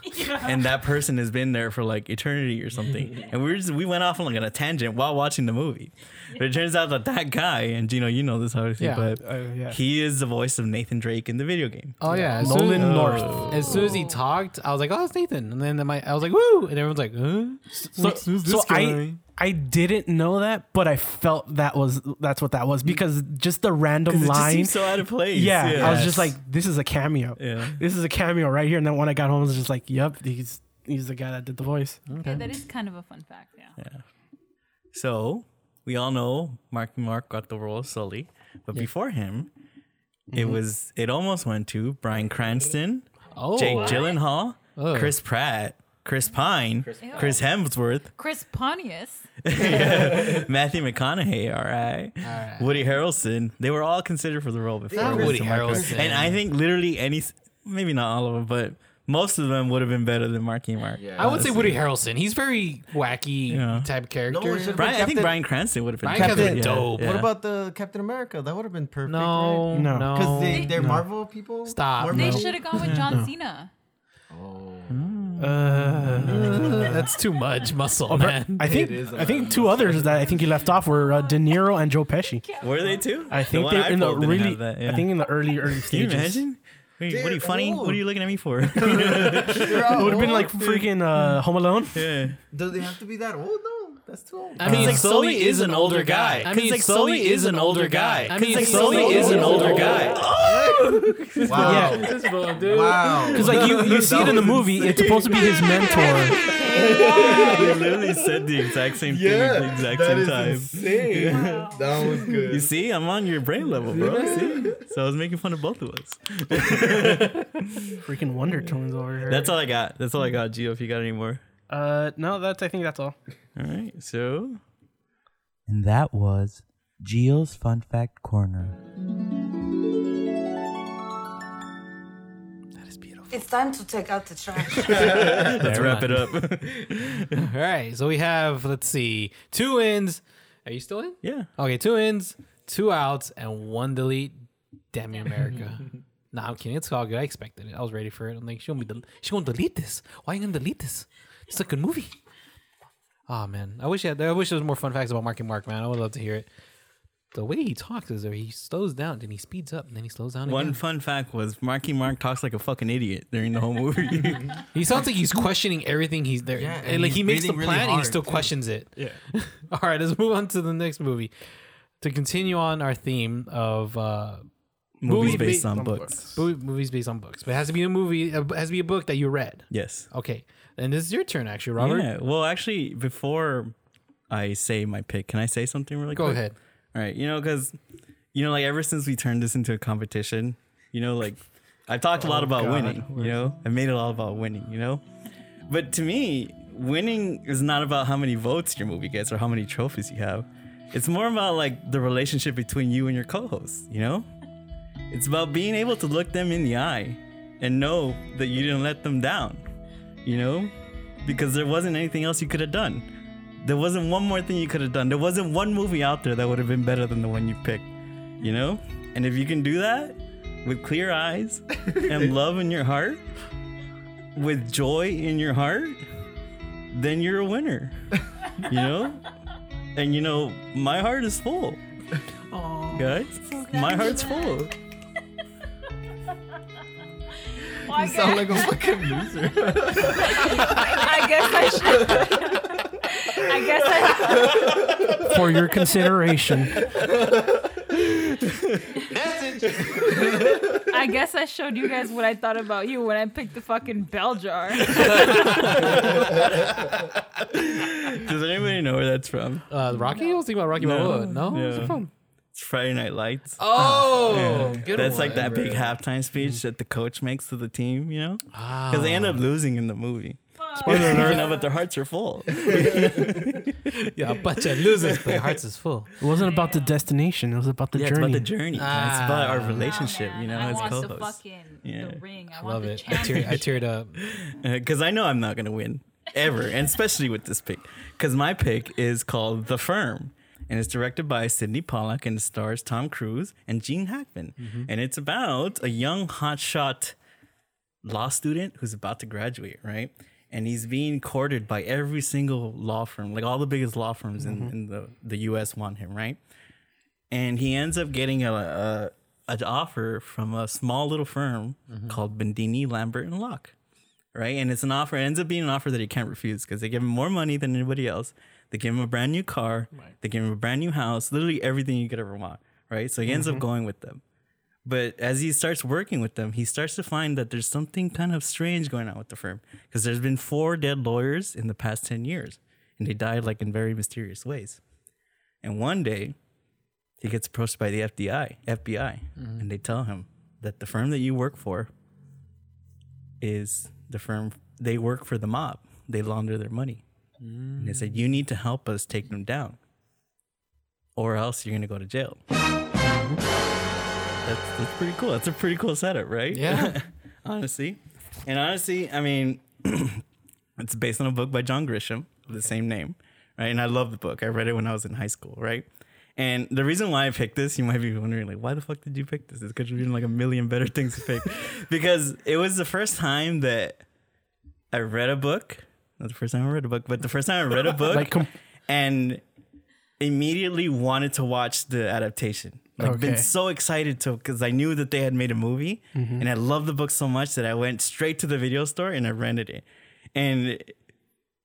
Speaker 2: and that person has been there for like eternity or something. And we were just we went off on like on a tangent while watching the movie. But it turns out that that guy and Gino, you know this obviously,
Speaker 1: Yeah.
Speaker 2: but
Speaker 5: Uh, yeah.
Speaker 2: he is the voice of Nathan Drake in the video game.
Speaker 1: Oh yeah, as
Speaker 5: Nolan
Speaker 1: soon, as-
Speaker 5: North.
Speaker 1: As soon as he talked, I was like, "Oh, it's Nathan," and then my, I was like, "Woo!" and everyone's like, "Huh?"
Speaker 5: So,
Speaker 1: Who's- who's
Speaker 5: so
Speaker 1: this
Speaker 5: I
Speaker 1: guy?
Speaker 5: I didn't know that, but I felt that was that's what that was because just the random
Speaker 2: Mm. It just
Speaker 5: line.
Speaker 2: seems so out of place.
Speaker 5: yeah, I was just
Speaker 2: Yes.
Speaker 5: like, this is a cameo.
Speaker 2: Yeah.
Speaker 5: This is a cameo right here. And then when I got home, I was just like, yep, he's he's the guy that did the voice.
Speaker 2: Mm.
Speaker 3: Yeah, that is kind of a fun fact. Yeah.
Speaker 2: So we all know Mark Mark got the role of Sully, but before him,
Speaker 5: Mm-hmm.
Speaker 2: it was it almost went to Brian Cranston,
Speaker 1: Oh,
Speaker 2: Jake Gyllenhaal, Chris Pratt, Chris Pine, Chris,
Speaker 3: Pratt.
Speaker 2: Hemsworth,
Speaker 3: Chris Pontius.
Speaker 2: Matthew McConaughey. All right. Woody Harrelson. They were all considered for the role before.
Speaker 1: Not
Speaker 2: Chris
Speaker 1: Woody
Speaker 2: and Mark Cranston.
Speaker 1: Harrelson.
Speaker 2: And I think literally any, maybe not all of them, but most of them would have been better than Marky Mark. Yeah.
Speaker 1: I would say Woody Harrelson. He's very wacky
Speaker 2: Yeah.
Speaker 1: type character.
Speaker 4: No, it should've
Speaker 2: Brian, I think
Speaker 4: Captain-
Speaker 2: Brian Cranston would have been
Speaker 1: Brian Cranston
Speaker 2: Yeah,
Speaker 1: dope.
Speaker 2: yeah.
Speaker 4: What about the Captain America? That would have been perfect.
Speaker 1: no,
Speaker 5: No.
Speaker 1: no,
Speaker 4: Because they,
Speaker 3: They-
Speaker 4: they're Marvel people.
Speaker 1: Stop.
Speaker 4: Marvel
Speaker 3: They
Speaker 4: people?
Speaker 3: should have gone with John Cena.
Speaker 1: that's too much muscle, man.
Speaker 5: Uh, I think
Speaker 4: is a
Speaker 5: I think two others that I think he left off were uh, De Niro and Joe Pesci.
Speaker 2: Were they too?
Speaker 5: I think
Speaker 2: one
Speaker 5: they're in the
Speaker 2: pulled didn't
Speaker 5: really
Speaker 2: have that, yeah.
Speaker 5: I think in the early early
Speaker 2: Can you
Speaker 5: stages.
Speaker 2: imagine? Wait, what are you
Speaker 4: Dude,
Speaker 2: funny? What are
Speaker 4: old.
Speaker 2: you looking at me for?
Speaker 4: They're all
Speaker 5: It would have
Speaker 2: Oh,
Speaker 4: old.
Speaker 5: been like freaking
Speaker 2: Mm.
Speaker 5: uh, Home Alone.
Speaker 2: yeah.
Speaker 4: Do they have to be that old? No, that's too old.
Speaker 1: I mean,
Speaker 2: like,
Speaker 1: Sully
Speaker 2: Sully
Speaker 1: is an older guy. I mean, Sully is an older guy. I mean, Sully is an older guy.
Speaker 4: wow.
Speaker 5: Yeah.
Speaker 4: Wow.
Speaker 5: Because like you, you see it in the movie, it's supposed to be his mentor.
Speaker 2: They literally said the exact same thing at the exact
Speaker 4: that
Speaker 2: same
Speaker 4: is
Speaker 2: time.
Speaker 4: insane. That was
Speaker 2: You
Speaker 4: good.
Speaker 2: see, I'm on your brain level, bro. See? So I was making fun of both of us.
Speaker 5: Freaking Wonder Twins over here.
Speaker 2: That's all I got. That's all I got, Gio. If you got any more.
Speaker 5: uh no, that's I think that's all.
Speaker 2: All right. So
Speaker 6: And that was Geo's Fun Fact Corner.
Speaker 7: It's time to take out the trash.
Speaker 2: let's wrap it up.
Speaker 1: All right, so we have let's see, two wins. Are you still in?
Speaker 2: yeah.
Speaker 1: Okay, two ins, two outs, and one delete. Damn you, America. nah, I'm kidding. It's all good. I expected it. I was ready for it. I'm like, she'll be del- she won't delete this. Why you gonna delete this? It's a good movie. Oh man, I wish I, had, I wish there was more fun facts about Marky Mark, man. I would love to hear it. The way he talks is there. He slows down, then he speeds up, and then he slows down
Speaker 2: One
Speaker 1: again.
Speaker 2: fun fact was Marky Mark talks like a fucking idiot during the whole movie.
Speaker 1: He sounds like he's questioning everything he's there.
Speaker 4: Yeah,
Speaker 1: and
Speaker 4: and
Speaker 1: like he
Speaker 4: he's
Speaker 1: makes the
Speaker 4: breathing really
Speaker 1: plan, and he
Speaker 4: hard,
Speaker 1: still
Speaker 4: too.
Speaker 1: questions it. Yeah. All right, let's move on to the next movie. To continue on our theme of uh,
Speaker 2: Movies
Speaker 1: Movie
Speaker 2: based
Speaker 1: ba-
Speaker 2: on books.
Speaker 1: bo- movies based on books, but it has to be a movie. uh, It has to be a book that you read.
Speaker 2: Yes.
Speaker 1: Okay, and this is your turn, actually, Robert.
Speaker 2: Yeah. Well, actually, before I say my pick, can I say something really
Speaker 1: Go
Speaker 2: quick?
Speaker 1: ahead.
Speaker 2: All right. You know, because, you know, like ever since we turned this into a competition, you know, like I've talked a lot about winning, you know, I made it all about winning, you know? But to me, winning is not about how many votes your movie gets or how many trophies you have. It's more about like the relationship between you and your co host, you know? It's about being able to look them in the eye and know that you didn't let them down, you know? Because there wasn't anything else you could have done. There wasn't one more thing you could have done. There wasn't one movie out there that would have been better than the one you picked, you know? And if you can do that with clear eyes and love in your heart, with joy in your heart, then you're a winner, you know? And you know, my heart is full. Guys, my heart's full.
Speaker 3: Well, I,
Speaker 4: Sound
Speaker 3: guess,
Speaker 4: like a fucking loser.
Speaker 3: I guess I should. I guess I.
Speaker 5: for your consideration.
Speaker 3: I guess I showed you guys what I thought about you when I picked the fucking bell jar.
Speaker 2: Does anybody know where that's from?
Speaker 1: Uh, Rocky. I was thinking about Rocky
Speaker 2: No.
Speaker 1: Balboa. No, Where's it
Speaker 2: Yeah.
Speaker 1: from?
Speaker 2: It's Friday Night Lights.
Speaker 1: Oh, good
Speaker 2: That's
Speaker 1: one.
Speaker 2: like that big halftime speech that the coach makes to the team, you know?
Speaker 1: Ah,
Speaker 2: Because they end up losing in the movie.
Speaker 1: Spoiler alert.
Speaker 2: You know, but their hearts are full.
Speaker 1: Yeah, a bunch of losers, but their hearts is full.
Speaker 5: It wasn't about the destination. It was about the
Speaker 2: Yeah, it's
Speaker 5: journey.
Speaker 2: about the journey. man. It's about our relationship,
Speaker 3: Oh, man,
Speaker 2: you know,
Speaker 3: I
Speaker 2: as
Speaker 3: want
Speaker 2: co
Speaker 3: the
Speaker 2: hosts.
Speaker 3: fucking
Speaker 2: Yeah.
Speaker 3: the ring. I, want
Speaker 1: Love
Speaker 3: the
Speaker 1: it. I teared,
Speaker 3: championship.
Speaker 1: I teared up.
Speaker 2: Because I know I'm not going to win ever, and especially with this pick. Because my pick is called The Firm, and it's directed by Sidney Pollack and stars Tom Cruise and Gene Hackman. And it's about a young hotshot law student who's about to graduate, right? And he's being courted by every single law firm, like all the biggest law firms in, in the, the US want him, right? And he ends up getting a, a an offer from a small little firm called Bendini Lambert and Locke right? And it's an offer. It ends up being an offer that he can't refuse because they give him more money than anybody else. They give him a brand new car. They give him a brand new house. Literally everything you could ever want, right? So he ends up going with them. But as he starts working with them, he starts to find that there's something kind of strange going on with the firm because there's been four dead lawyers in the past 10 years and they died like in very mysterious ways. And one day, he gets approached by the FBI, FBI, and they tell him that the firm that you work for is the firm they work for the mob. They launder their money. And they said, You need to help us take them down. Or else you're gonna go to jail. That's, that's pretty cool. That's a pretty cool setup, right?
Speaker 1: Yeah.
Speaker 2: honestly. And honestly, I mean, it's based on a book by John Grisham of the same name, right? And I love the book. I read it when I was in high school, right? And the reason why I picked this, you might be wondering, like, why the fuck did you pick this? It's because you're reading like a million better things to pick. because it was the first time that I read a book. Not the first time I read a book, but the first time I read a book
Speaker 5: Like, com-
Speaker 2: and immediately wanted to watch the adaptation. Like been
Speaker 5: Okay. Mm-hmm.
Speaker 2: so excited to because I knew that they had made a movie and I loved the book so much that I went straight to the video store and I rented it. And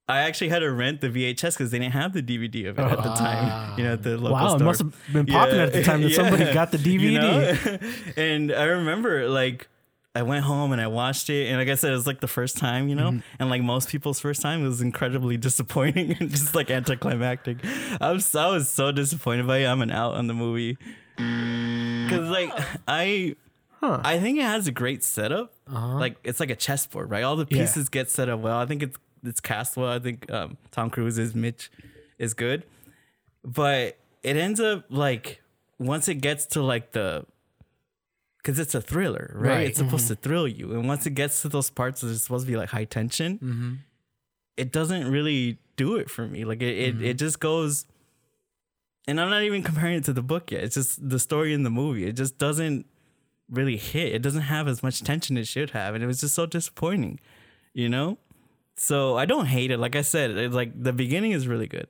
Speaker 2: I actually had to rent the VHS because they didn't have the DVD of it at the time. You know, at the local
Speaker 5: wow,
Speaker 2: store.
Speaker 5: it must have been popular at the time that somebody got the DVD.
Speaker 2: You know? and I remember like I went home and I watched it, and like I said, it was like the first time, you know, and like most people's first time, it was incredibly disappointing and just like anticlimactic. I was I was so disappointed by it. I'm an out on the movie because like I. I think it has a great setup. Like it's like a chessboard, right? All the
Speaker 5: Yeah.
Speaker 2: pieces get set up well. I think it's it's cast well. I think um, Tom Cruise is Mitch is good, but it ends up like once it gets to like the because it's a thriller, right?
Speaker 1: Right.
Speaker 2: It's supposed to thrill you, and once it gets to those parts that it's supposed to be like high tension, it doesn't really do it for me. Like it, it, it just goes. And I'm not even comparing it to the book yet. It's just the story in the movie. It just doesn't really hit. It doesn't have as much tension it should have, and it was just so disappointing, you know. So I don't hate it. Like I said, it's like the beginning is really good,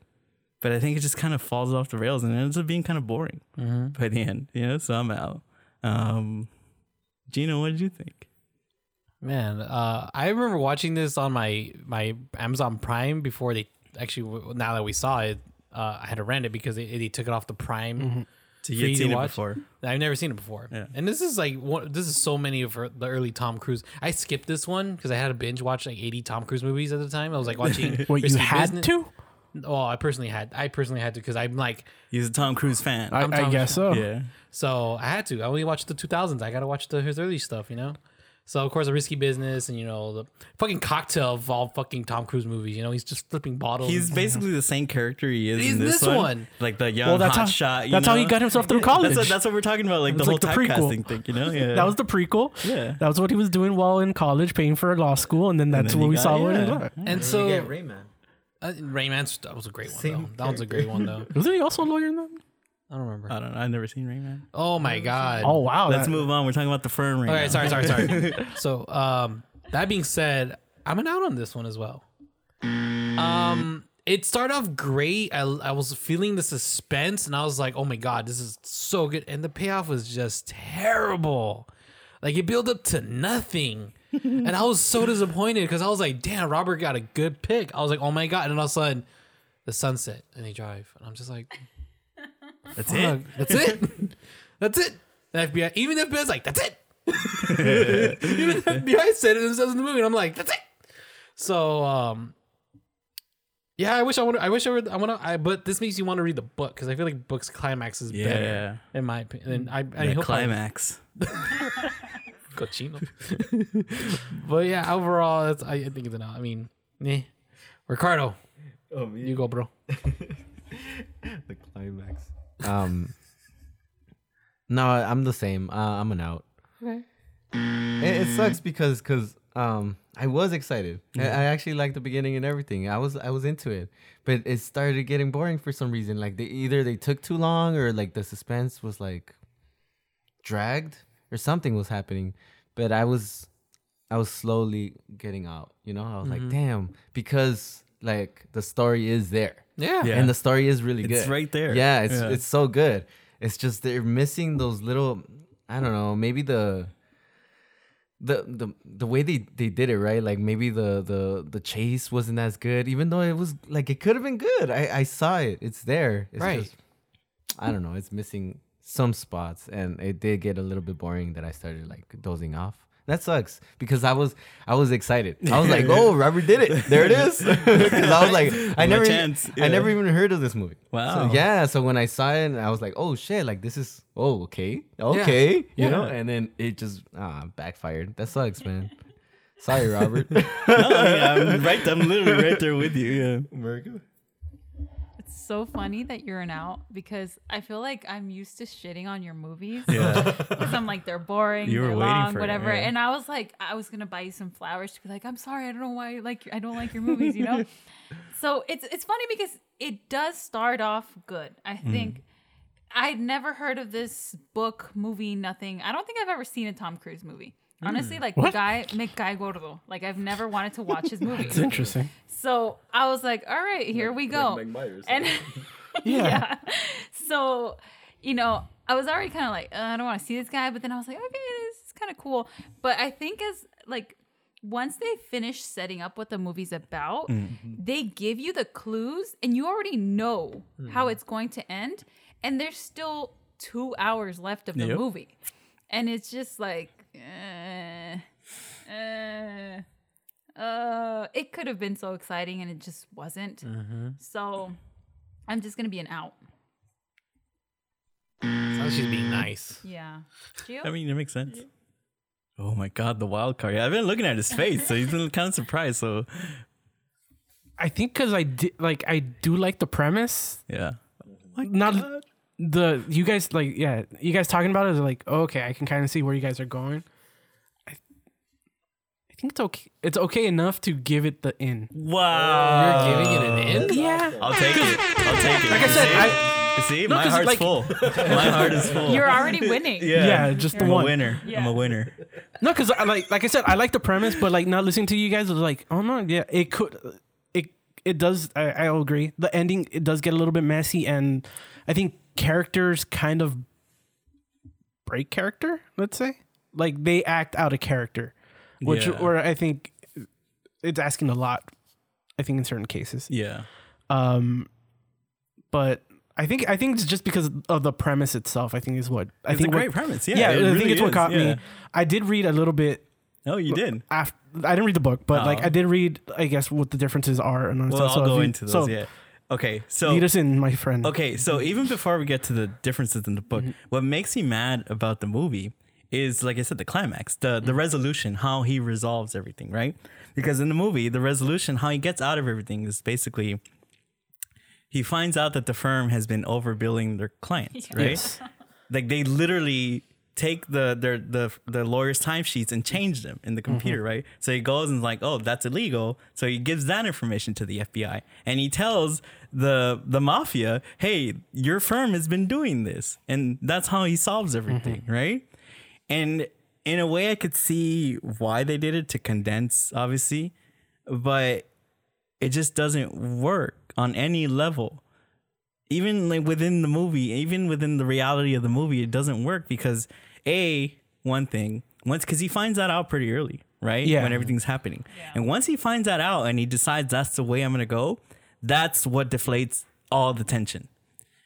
Speaker 2: but I think it just kind of falls off the rails and it ends up being kind of boring by the end. You know, so I'm out. Um, Gino, what did you think?
Speaker 1: Man, uh, I remember watching this on my my Amazon Prime before they actually. w- Now that we saw it, uh, I had to rent it because they, they took it off the Prime.
Speaker 2: Mm-hmm. So
Speaker 1: free
Speaker 2: you've
Speaker 1: to
Speaker 2: seen it
Speaker 1: watch.
Speaker 2: before.
Speaker 1: I've never seen it before.
Speaker 2: Yeah.
Speaker 1: And this is like one, this is so many of her- the early Tom Cruise. I skipped this one because I had to binge watch like eighty Tom Cruise movies at the time. I was like watching.
Speaker 5: What you
Speaker 1: Risky
Speaker 5: had
Speaker 1: Business-
Speaker 5: to?
Speaker 1: Oh, I personally had. I personally had to because I'm like
Speaker 2: He's a Tom Cruise fan.
Speaker 5: I,
Speaker 1: I'm
Speaker 5: I
Speaker 1: Thomas-
Speaker 5: guess so.
Speaker 2: yeah.
Speaker 1: so I had to. I only watched the 2000s. I got to watch the, his early stuff, you know? So, of course, a risky business and, you know, the fucking cocktail of all fucking Tom Cruise movies. You know, he's just flipping bottles.
Speaker 5: Oh,
Speaker 2: He's basically the same character he is
Speaker 1: He's
Speaker 2: in this,
Speaker 1: this
Speaker 2: one.
Speaker 1: one.
Speaker 2: Like the young
Speaker 5: Well, that's
Speaker 2: hot
Speaker 5: how
Speaker 2: shot. you
Speaker 5: that's how he
Speaker 2: know?
Speaker 5: got himself through college.
Speaker 2: That's what, that's what we're talking about, like the
Speaker 5: It's
Speaker 2: whole
Speaker 5: like the prequel.
Speaker 2: typecasting thing, you know? Yeah.
Speaker 5: that was the prequel.
Speaker 2: Yeah.
Speaker 5: That was what he was doing while in college, paying for law school, and then that's
Speaker 2: then
Speaker 5: what
Speaker 2: he
Speaker 5: we
Speaker 2: got-
Speaker 5: saw. when
Speaker 2: yeah.
Speaker 5: he got-
Speaker 1: and so,
Speaker 4: Rayman.
Speaker 1: uh, Rayman's, that was a great one, though. That one's a great one, though.
Speaker 5: Wasn't he also a lawyer in that?
Speaker 1: I don't remember.
Speaker 2: I don't know. I've never seen Rayman.
Speaker 1: Oh, my God.
Speaker 5: Oh wow,
Speaker 2: Let's
Speaker 5: that-
Speaker 2: move on. We're talking about the firm right
Speaker 1: All
Speaker 2: now.
Speaker 1: right, sorry, sorry, sorry. so, um, that being said, I'm an out on this one as well. Um, it started off great. I, I was feeling the suspense, and I was like, "Oh my god, this is so good!" And the payoff was just terrible. Like it built up to nothing, and I was so disappointed because I was like, "Damn, Robert got a good pick." I was like, "Oh my god!" And all of a sudden, the sunset, and they drive, and I'm just like,
Speaker 2: That's
Speaker 1: Fuck,
Speaker 2: it.
Speaker 1: That's it. That's it. The FBI, even the FBI's like, that's it. even the FBI said it themselves in the movie, and I'm like, that's it. So, um, yeah, I wish I would. I wish I would. I want to. I but this makes you want to read the book because I feel like books climax is
Speaker 2: Yeah.
Speaker 1: better in my opinion. And I, I
Speaker 2: The
Speaker 1: hope I-
Speaker 2: climax.
Speaker 1: cochino. but yeah, overall, that's, I, I think it's an. out. I mean, eh. Ricardo,
Speaker 4: Oh, me.
Speaker 1: you go, bro.
Speaker 4: the climax. Um. no, I'm the same. Uh, I'm an out. It, it sucks because because um I was excited. I, I actually liked the beginning and everything. I was I was into it, but it started getting boring for some reason. Like they either they took too long or like the suspense was like dragged or something was happening. But I was I was slowly getting out. You know, I was like, damn, because like the story is there
Speaker 1: Yeah.
Speaker 2: Yeah.
Speaker 1: yeah.
Speaker 4: and the story is really good.
Speaker 2: It's right there.
Speaker 4: Yeah, it's
Speaker 2: Yeah.
Speaker 4: it's so good. It's just they're missing those little. I don't know. Maybe the. The, the the way they, they did it right like maybe the, the the chase wasn't as good even though it was like it could have been good I, I saw it it's there it's
Speaker 1: Right.
Speaker 4: just- I don't know it's missing some spots and it did get a little bit boring that I started like dozing off that sucks because I was I was excited I was like oh Robert did it there it is 'Cause I was like
Speaker 2: My
Speaker 4: I never
Speaker 2: chance,
Speaker 4: I
Speaker 2: yeah.
Speaker 4: never even heard of this movie
Speaker 2: Wow.
Speaker 4: so, yeah so when i saw it i was like oh shit like this is oh okay okay you know and then it just ah, backfired that sucks man sorry robert
Speaker 2: No, I mean, I'm right. I'm literally right there with you. Yeah.
Speaker 3: It's so funny that you're an out because I feel like I'm used to shitting on your movies.
Speaker 2: Yeah.
Speaker 3: Because I'm like, they're boring,
Speaker 2: You were
Speaker 3: they're
Speaker 2: waiting
Speaker 3: long,
Speaker 2: for it,
Speaker 3: whatever.
Speaker 2: yeah.
Speaker 3: And I was like, I was gonna buy you some flowers to be like, I'm sorry, I don't know why you like I don't like your movies, you know? so it's it's funny because it does start off good. I
Speaker 2: Mm-hmm.
Speaker 3: think I'd never heard of this book, movie, nothing. I don't think I've ever seen a Tom Cruise movie. Honestly,
Speaker 2: Mm.
Speaker 3: like guy make guy gordo. Like I've never wanted to watch his movies.
Speaker 5: It's interesting.
Speaker 3: So I was like, all right, here we go. and yeah. So, you know, I was already kind of like, uh, I don't want to see this guy, but then I was like, okay, this is kind of cool. But I think as like once they finish setting up what the movie's about, they give you the clues and you already know how it's going to end. And there's still two hours left of the
Speaker 2: Yep.
Speaker 3: movie. And it's just like, eh, eh. Uh, it could have been so exciting and it just wasn't. So I'm just gonna be an out.
Speaker 1: Sounds Oh, she's being nice.
Speaker 3: Yeah. Gio?
Speaker 2: I mean, it makes sense. Oh my God, the wild card. Yeah, I've been looking at his face, so he's been kind of surprised. So
Speaker 5: I think because I did like I do like the premise.
Speaker 2: yeah.
Speaker 5: Not the you guys like yeah you guys talking about it is like oh, okay I can kind of see where you guys are going. I, I think it's okay. It's okay enough to give it the in.
Speaker 2: Wow.
Speaker 1: You're giving it an in?
Speaker 2: Uh,
Speaker 5: Yeah.
Speaker 2: I'll take it. I'll take it.
Speaker 5: Like I said, I,
Speaker 2: See,
Speaker 5: No,
Speaker 2: my
Speaker 5: 'cause,
Speaker 2: heart's
Speaker 5: like-
Speaker 2: full. My heart is full.
Speaker 3: You're already winning.
Speaker 5: Yeah, just the
Speaker 2: I'm
Speaker 5: one.
Speaker 2: a winner. I'm
Speaker 3: Yeah.
Speaker 2: a winner.
Speaker 5: No, because like like I said, I like the premise, but like not listening to you guys was like, oh no, yeah, it could, it it does. I I agree. The ending it does get a little bit messy, and I think characters kind of break character. Let's say like they act out of character, which
Speaker 2: Yeah.
Speaker 5: or I think it's asking a lot. I think in certain cases,
Speaker 2: Yeah.
Speaker 5: um, but. I think I think it's just because of the premise itself. I think is what I
Speaker 2: It's a
Speaker 5: think what-
Speaker 2: great premise. Yeah.
Speaker 5: yeah,
Speaker 2: it
Speaker 5: I
Speaker 2: really
Speaker 5: think it's what
Speaker 2: is,
Speaker 5: caught
Speaker 2: yeah.
Speaker 5: me. I did read a little bit
Speaker 2: Oh, you did.
Speaker 5: after I didn't read the book, but like
Speaker 2: Oh.
Speaker 5: I did read, I guess what the differences are. And
Speaker 2: Well,
Speaker 5: stuff.
Speaker 2: I'll
Speaker 5: if
Speaker 2: go
Speaker 5: you-
Speaker 2: into those.
Speaker 5: So
Speaker 2: yeah. Okay. So
Speaker 5: lead us in, my friend.
Speaker 2: Okay, so even before we get to the differences in the book, what makes me mad about the movie is, like I said, the climax, the the resolution, how he resolves everything, right? Because in the movie, the resolution, how he gets out of everything, is basically he finds out that the firm has been overbilling their clients, right?
Speaker 5: Yes.
Speaker 2: Like they literally take the their the the lawyer's timesheets and change them in the computer, right? So he goes and like, oh, that's illegal. So he gives that information to the FBI and he tells the the mafia, hey, your firm has been doing this, and that's how he solves everything, right? And in a way, I could see why they did it to condense, obviously, but it just doesn't work on any level even like within the movie, even within the reality of the movie, it doesn't work because a one thing once because he finds that out pretty early, right?
Speaker 5: Yeah.
Speaker 2: when everything's happening, and once he finds that out and he decides that's the way I'm gonna go, that's what deflates all the tension.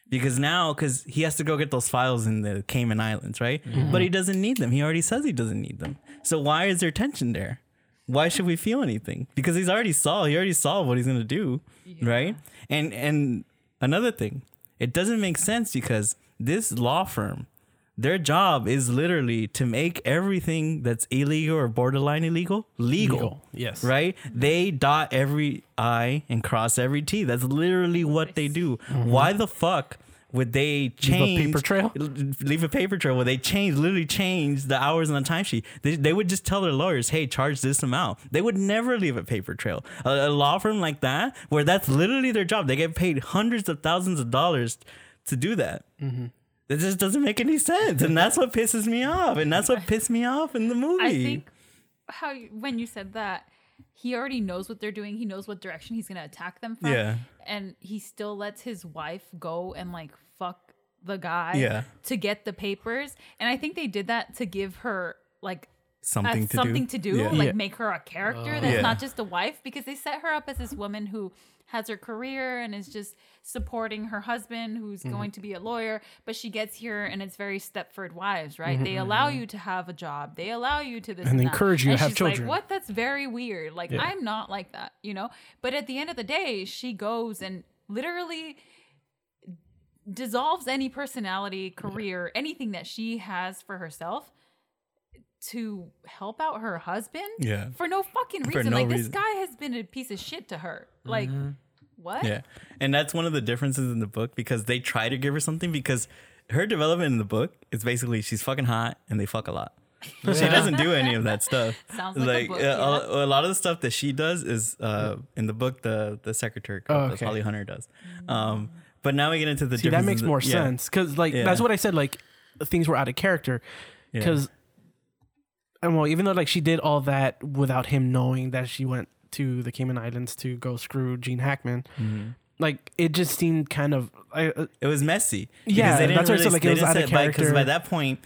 Speaker 2: Because now, because he has to go get those files in the Cayman Islands, right? But he doesn't need them. He already says he doesn't need them. So why is there tension there? why should we feel anything? Because he's already saw he already saw what he's gonna do, right? And and another thing, it doesn't make sense because this law firm, their job is literally to make everything that's illegal or borderline illegal legal.
Speaker 5: Yes.
Speaker 2: Right? They dot every I and cross every T. That's literally what they do. Why the fuck would they change
Speaker 5: Mm-hmm. paper trail?
Speaker 2: l- leave a paper trail where they change literally change the hours on the timesheet. They, they would just tell their lawyers, "Hey, charge this amount." They would never leave a paper trail. A, a law firm like that, where that's literally their job, they get paid hundreds of thousands of dollars to do that.
Speaker 5: Mm-hmm.
Speaker 2: It just doesn't make any sense, and that's what pisses me off, and that's what pissed me off in the movie.
Speaker 3: I think how you- when you said that, he already knows what they're doing. He knows what direction he's gonna attack them from.
Speaker 2: Yeah.
Speaker 3: And he still lets his wife go and like fuck the guy
Speaker 2: Yeah.
Speaker 3: to get the papers. And I think they did that to give her like a-
Speaker 2: something to
Speaker 3: something
Speaker 2: do.
Speaker 3: to do,
Speaker 2: Yeah.
Speaker 3: like
Speaker 5: Yeah.
Speaker 3: make her a character that's
Speaker 2: Yeah.
Speaker 3: not just a wife, because they set her up as this woman who has her career and is just supporting her husband who's
Speaker 5: Mm-hmm.
Speaker 3: going to be a lawyer, but she gets here and it's very Stepford wives, right? They allow you to have a job, they allow you to this
Speaker 5: Mm-hmm. And
Speaker 3: that.
Speaker 5: encourage you to
Speaker 3: And
Speaker 5: have
Speaker 3: she's
Speaker 5: children.
Speaker 3: Like, what? That's very weird. Like I'm not like that, you know. But at the end of the day, she goes and literally dissolves any personality, career, anything that she has for herself to help out her husband.
Speaker 2: Yeah.
Speaker 3: For no fucking
Speaker 2: For
Speaker 3: reason.
Speaker 2: no
Speaker 3: like this
Speaker 2: reason.
Speaker 3: guy has been a piece of shit to her. Like what?
Speaker 2: Yeah. And that's one of the differences in the book because they try to give her something because her development in the book is basically she's fucking hot and they fuck a lot. She doesn't do any of that stuff.
Speaker 3: Sounds like a book,
Speaker 2: uh, a, a lot of the stuff that she does is uh, in the book the the secretary
Speaker 5: Oh,
Speaker 2: does,
Speaker 5: okay.
Speaker 2: Holly Hunter does. Um, but now we get into the
Speaker 5: See, that
Speaker 2: differences
Speaker 5: makes
Speaker 2: in-
Speaker 5: more
Speaker 2: yeah.
Speaker 5: sense because like that's
Speaker 2: Yeah.
Speaker 5: what I said. Like things were out of character because, and well, even though like she did all that without him knowing that she went to the Cayman Islands to go screw Gene Hackman,
Speaker 2: Mm-hmm.
Speaker 5: like it just seemed kind of. I, uh,
Speaker 2: It was messy. because
Speaker 5: Yeah,
Speaker 2: they didn't
Speaker 5: that's what
Speaker 2: really,
Speaker 5: I said, like, it
Speaker 2: they
Speaker 5: was
Speaker 2: didn't
Speaker 5: out
Speaker 2: set
Speaker 5: of
Speaker 2: by- 'cause by
Speaker 5: character.
Speaker 2: that point,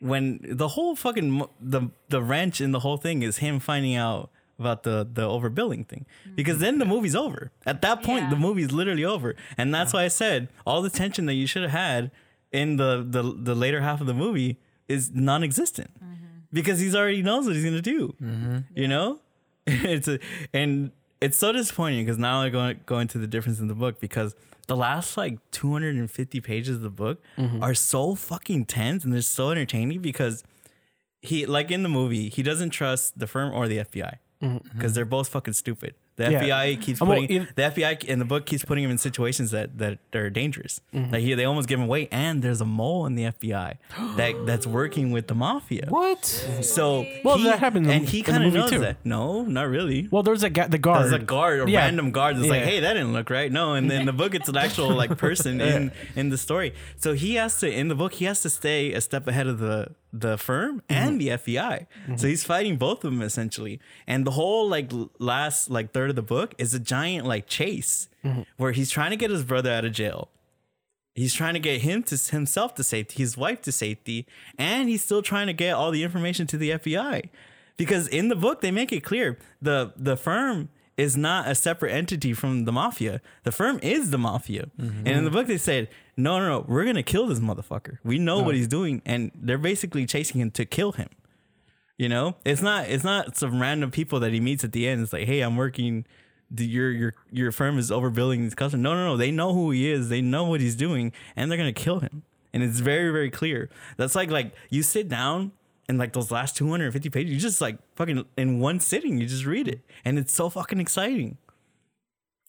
Speaker 2: when the whole fucking mo- the the wrench in the whole thing is him finding out about the the overbilling thing, because then the movie's over. At that point,
Speaker 3: Yeah.
Speaker 2: the movie's literally over, and that's why I said all the tension that you should have had in the the the later half of the movie is non-existent because he's already knows what he's gonna do.
Speaker 5: Mm-hmm.
Speaker 2: You know, it's a, and it's so disappointing because now I go go into the difference in the book because the last like 250 pages of the book
Speaker 5: Mm-hmm.
Speaker 2: are so fucking tense and they're so entertaining because he like in the movie he doesn't trust the firm or the FBI because they're both fucking stupid. The
Speaker 5: Mm-hmm. Yeah.
Speaker 2: FBI keeps
Speaker 5: And well,
Speaker 2: putting
Speaker 5: in-
Speaker 2: the FBI in the book keeps putting him in situations that that are dangerous.
Speaker 5: Mm-hmm.
Speaker 2: Like he, they almost give him away. And there's a mole in the FBI that that's working with the mafia.
Speaker 1: What?
Speaker 2: So
Speaker 5: Well,
Speaker 2: he-
Speaker 5: that happened in the-
Speaker 2: and he
Speaker 5: in the
Speaker 2: kind of
Speaker 5: movie
Speaker 2: knows
Speaker 5: too.
Speaker 2: that. No, not really.
Speaker 5: Well, there's a guy, the guard.
Speaker 2: There's a guard, a
Speaker 5: Yeah.
Speaker 2: random guard that's like,
Speaker 5: Yeah.
Speaker 2: hey, that didn't look right. No, and then the book, it's an actual like person in in the story. So he has to in the book, he has to stay a step ahead of the the firm
Speaker 5: Mm-hmm.
Speaker 2: and the FBI. So he's fighting both of them essentially. And the whole like l- last like third of the book is a giant like chase
Speaker 5: Mm-hmm.
Speaker 2: where he's trying to get his brother out of jail. He's trying to get him to himself to safety, his wife to safety, and he's still trying to get all the information to the FBI. Because in the book they make it clear the the firm is not a separate entity from the mafia. The firm is the mafia. And in the book they said, "No, no, no, we're going to kill this motherfucker. We know what he's doing and they're basically chasing him to kill him." You know, it's not it's not some random people that he meets at the end. It's like, hey, I'm working. The, your your your firm is overbilling these customers. No, no, no. They know who he is. They know what he's doing, and they're gonna kill him. And it's very very clear. That's like like you sit down and like those last 250 pages, you just like fucking in one sitting, you just read it, and it's so fucking exciting.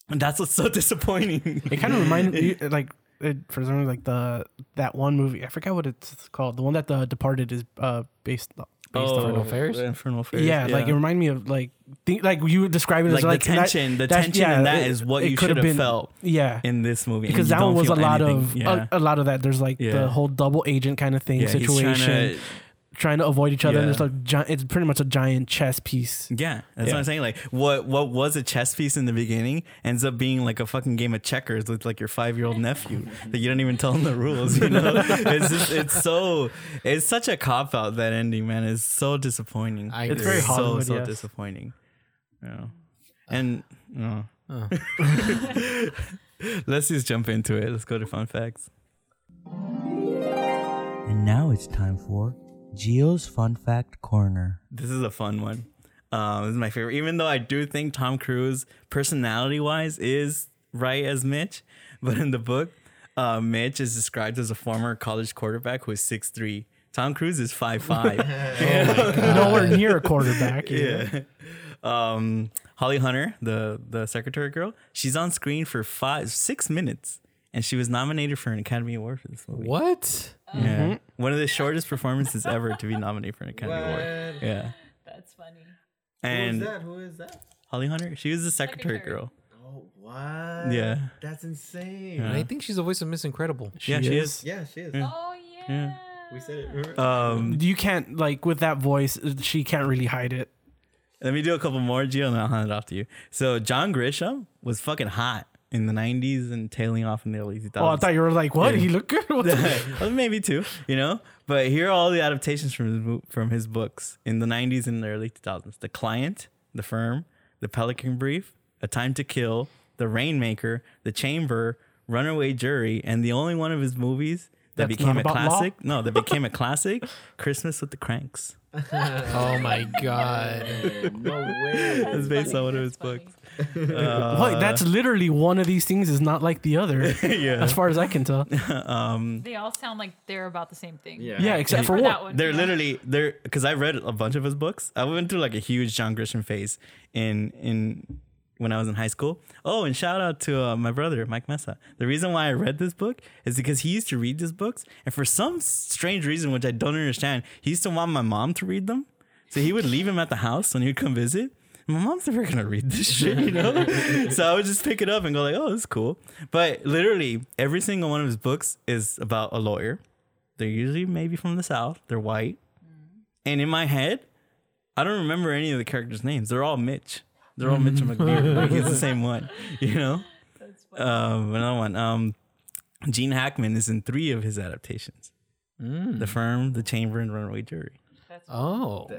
Speaker 2: And that's what's so disappointing.
Speaker 5: It kind of reminded me, like, it, for some reason, like the that one movie. I forget what it's called. The one that The Departed is uh, based. on. Based
Speaker 2: Oh,
Speaker 5: on.
Speaker 1: Infernal Affairs?
Speaker 2: Infernal Affairs.
Speaker 5: Yeah, like it reminded me of like think like you were describing
Speaker 2: Like
Speaker 5: as
Speaker 2: the
Speaker 5: like that-
Speaker 2: tension- the
Speaker 5: that's-
Speaker 2: tension in that is what you
Speaker 5: could
Speaker 2: should have felt
Speaker 5: Yeah,
Speaker 2: in this movie, and
Speaker 5: because
Speaker 2: you
Speaker 5: that one
Speaker 2: don't
Speaker 5: was a
Speaker 2: feel
Speaker 5: lot
Speaker 2: anything.
Speaker 5: of
Speaker 2: yeah.
Speaker 5: a, a lot of that. There's like
Speaker 2: Yeah.
Speaker 5: the whole double agent kind of thing
Speaker 2: Yeah, he's
Speaker 5: situation,
Speaker 2: trying
Speaker 5: trying
Speaker 2: to-
Speaker 5: to, avoid each other.
Speaker 2: Yeah.
Speaker 5: And it's like gi- it's pretty much a giant chess piece.
Speaker 2: Yeah, that's what
Speaker 5: Yeah.
Speaker 2: I'm saying. Like, what what was a chess piece in the beginning ends up being like a fucking game of checkers with like your five year old nephew that you don't even tell him the rules. You know, it's just, it's so it's such a cop out that ending, man. It's so disappointing.
Speaker 1: I
Speaker 2: it's
Speaker 1: agree. Uh. It's very
Speaker 2: so
Speaker 5: Hollywood,
Speaker 2: so
Speaker 5: yes.
Speaker 2: disappointing. Yeah, and uh. let's just jump into it. Let's go to fun facts.
Speaker 6: And now it's time for Gio's Fun Fact Corner.
Speaker 2: This is a fun one. Um, this is my favorite. Even though I do think Tom Cruise, personality wise, is right as Mitch, but in the book, uh, Mitch is described as a former college quarterback who is 6'3. Tom Cruise is 5'5.
Speaker 5: Nowhere near a quarterback.
Speaker 2: yeah. Um, Holly Hunter, the, the secretary girl, she's on screen for five, six minutes, and she was nominated for an Academy Award for this movie.
Speaker 1: What?
Speaker 2: Yeah. One of the shortest performances ever to be nominated for an Academy Award. Yeah.
Speaker 3: That's funny.
Speaker 2: And
Speaker 4: Who is that?
Speaker 2: Holly Hunter, she was the secretary
Speaker 3: Secretary.
Speaker 2: girl.
Speaker 4: Oh, what?
Speaker 2: Yeah.
Speaker 4: That's insane.
Speaker 1: And I think she's the voice of Miss Incredible.
Speaker 2: yeah, she is.
Speaker 4: Yeah, she is.
Speaker 3: Oh yeah.
Speaker 4: We said it. remember?
Speaker 2: Um,
Speaker 5: You can't like with that voice. She can't really hide it.
Speaker 2: let me do a couple more, Gio, and I'll hand it off to you. So John Grisham was fucking hot in the '90s and tailing off in the early 2000s.
Speaker 5: Oh, I thought you were like, what? He looked good. What the-
Speaker 2: Well, maybe two, you know. But here are all the adaptations from his, mo- from his books in the '90s and the early 2000s: The Client, The Firm, The Pelican Brief, A Time to Kill, The Rainmaker, The Chamber, Runaway Jury, and the only one of his movies that
Speaker 5: That's
Speaker 2: became
Speaker 5: not
Speaker 2: a
Speaker 5: about law?
Speaker 2: classic. No, that became a classic: Christmas with the Cranks.
Speaker 1: Oh my god.
Speaker 4: no way.
Speaker 2: It's based on one of his books.
Speaker 5: Wait, that's
Speaker 2: Uh,
Speaker 5: literally one of these things is not like the other, as far as I can tell.
Speaker 3: They all sound like they're about the same thing.
Speaker 5: Yeah, except for
Speaker 3: For that
Speaker 5: what?
Speaker 3: one.
Speaker 2: They're
Speaker 3: yeah.
Speaker 2: literally they're because I read a bunch of his books. I went through like a huge John Grisham phase in in when I was in high school. Oh, and shout out to uh, my brother Mike Mesa. The reason why I read this book is because he used to read these books, and for some strange reason, which I don't understand, he used to want my mom to read them. So he would leave him at the house when he'd come visit. My mom's never gonna read this shit, you know. so I would just pick it up and go like, "Oh, this is cool." But literally, every single one of his books is about a lawyer. They're usually maybe from the south. They're white. And in my head, I don't remember any of the characters' names. They're all Mitch. They're all Mitch McNear. like he's the same one, you know. Um, another one. Um, Gene Hackman is in three of his adaptations: The Firm, The Chamber, and Runaway Jury.
Speaker 1: Oh.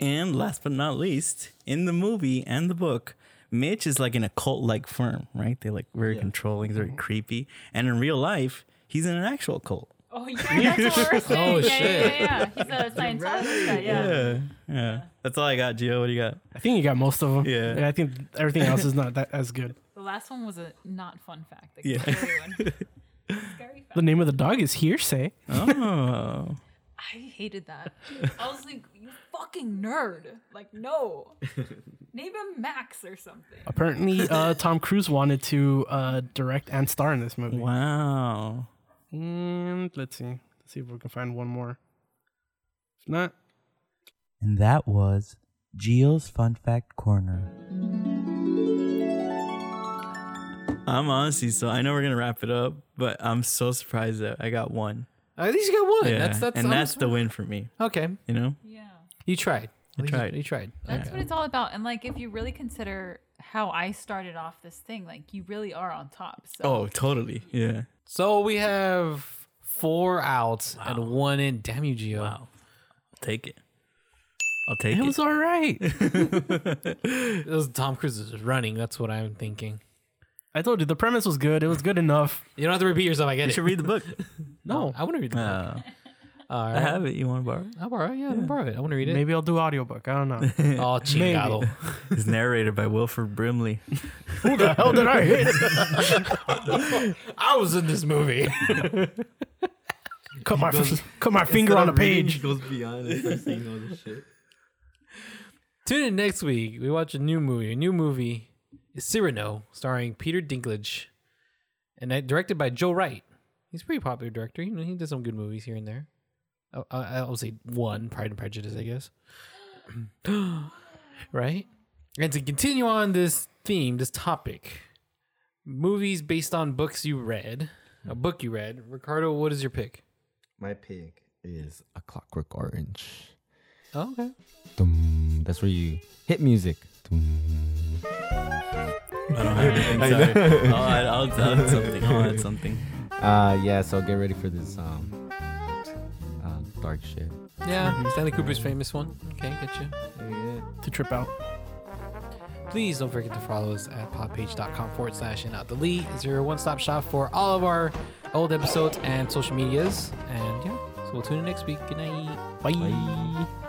Speaker 2: And last but not least, in the movie and the book, Mitch is like in a cult like firm, right? They're like very controlling, very creepy. And in real life, he's in an actual cult.
Speaker 3: Oh yeah, that's what we're saying.
Speaker 1: Oh,
Speaker 3: yeah,
Speaker 1: shit.
Speaker 3: yeah, yeah, yeah. He's a Scientologist guy. Yeah.
Speaker 2: Yeah. Yeah. That's all I got, Gio. What do you got?
Speaker 5: I think you got most of them.
Speaker 2: Yeah.
Speaker 5: I think everything else is not that as good.
Speaker 3: The last one was a not fun fact. Like
Speaker 2: Yeah.
Speaker 3: yeah. Scary one. scary
Speaker 5: The
Speaker 3: fact.
Speaker 5: name of the dog is hearsay.
Speaker 2: Oh.
Speaker 3: I hated that. I was like, you fucking nerd. Like no. Name him Max or something.
Speaker 5: Apparently, uh, Tom Cruise wanted to uh, direct and star in this movie.
Speaker 2: Wow.
Speaker 5: And let's see. Let's see if we can find one more. If not,
Speaker 6: And that was Gio's Fun Fact Corner.
Speaker 2: I'm honestly so I know we're gonna wrap it up, but I'm so surprised that I got one.
Speaker 1: At least you got one.
Speaker 2: Yeah,
Speaker 1: That's that's
Speaker 2: and
Speaker 1: I'm-
Speaker 2: that's the win for me.
Speaker 1: okay.
Speaker 2: You know,
Speaker 3: Yeah.
Speaker 1: You tried. At least You
Speaker 2: tried.
Speaker 1: You tried.
Speaker 3: That's what it's all about. And like if you really consider how I started off this thing, like you really are on top. So
Speaker 2: oh, totally, yeah.
Speaker 1: So we have four outs and one in. Damn you, Gio.
Speaker 2: Wow, take it. I'll take
Speaker 5: it
Speaker 2: it.
Speaker 5: was all right.
Speaker 1: It was Tom Cruise is running. That's what I'm thinking.
Speaker 5: I told you the premise was good. It was good enough.
Speaker 1: You don't have to repeat yourself. I get
Speaker 2: you
Speaker 1: it.
Speaker 2: should read the book.
Speaker 1: no, I want to read the book.
Speaker 2: Uh,
Speaker 1: All
Speaker 2: I
Speaker 1: right.
Speaker 2: have it. You want to borrow? it?
Speaker 1: I'll borrow it. Yeah, I'll borrow it. I want to read it.
Speaker 5: Maybe I'll do audiobook. I don't know.
Speaker 1: Oh, chingado.
Speaker 2: It's narrated by Wilford Brimley.
Speaker 5: Who the hell did I hit?
Speaker 1: I was in this movie.
Speaker 5: Cut my cut my finger on a page.
Speaker 4: goes beyond and starts saying all this shit.
Speaker 1: Tune in next week. We watch a new movie. A new movie is Cyrano, starring Peter Dinklage, and that- directed by Joe Wright. He's a pretty popular director. You know, he did some good movies here and there. I- I- I'll say one, Pride and Prejudice, I guess. right? And to continue on this theme, this topic, movies based on books you read, a book you read. Ricardo, what is your pick?
Speaker 4: My pick is a Clockwork Orange.
Speaker 1: Oh, okay.
Speaker 4: Dum. That's where you hit music. Dum.
Speaker 2: I don't have anything. Sorry. I'll, add, I'll add something. I'll add something.
Speaker 4: Uh, yeah. So get ready for this um uh, dark shit.
Speaker 1: Yeah, Stanley Cooper's famous one. Okay, get you.
Speaker 5: To trip out.
Speaker 1: Please don't forget to follow us at podpage.com forward slash and not delete. It's your one stop shop for all of our old episodes and social medias. And yeah, so we'll tune in next week. Good night. Bye.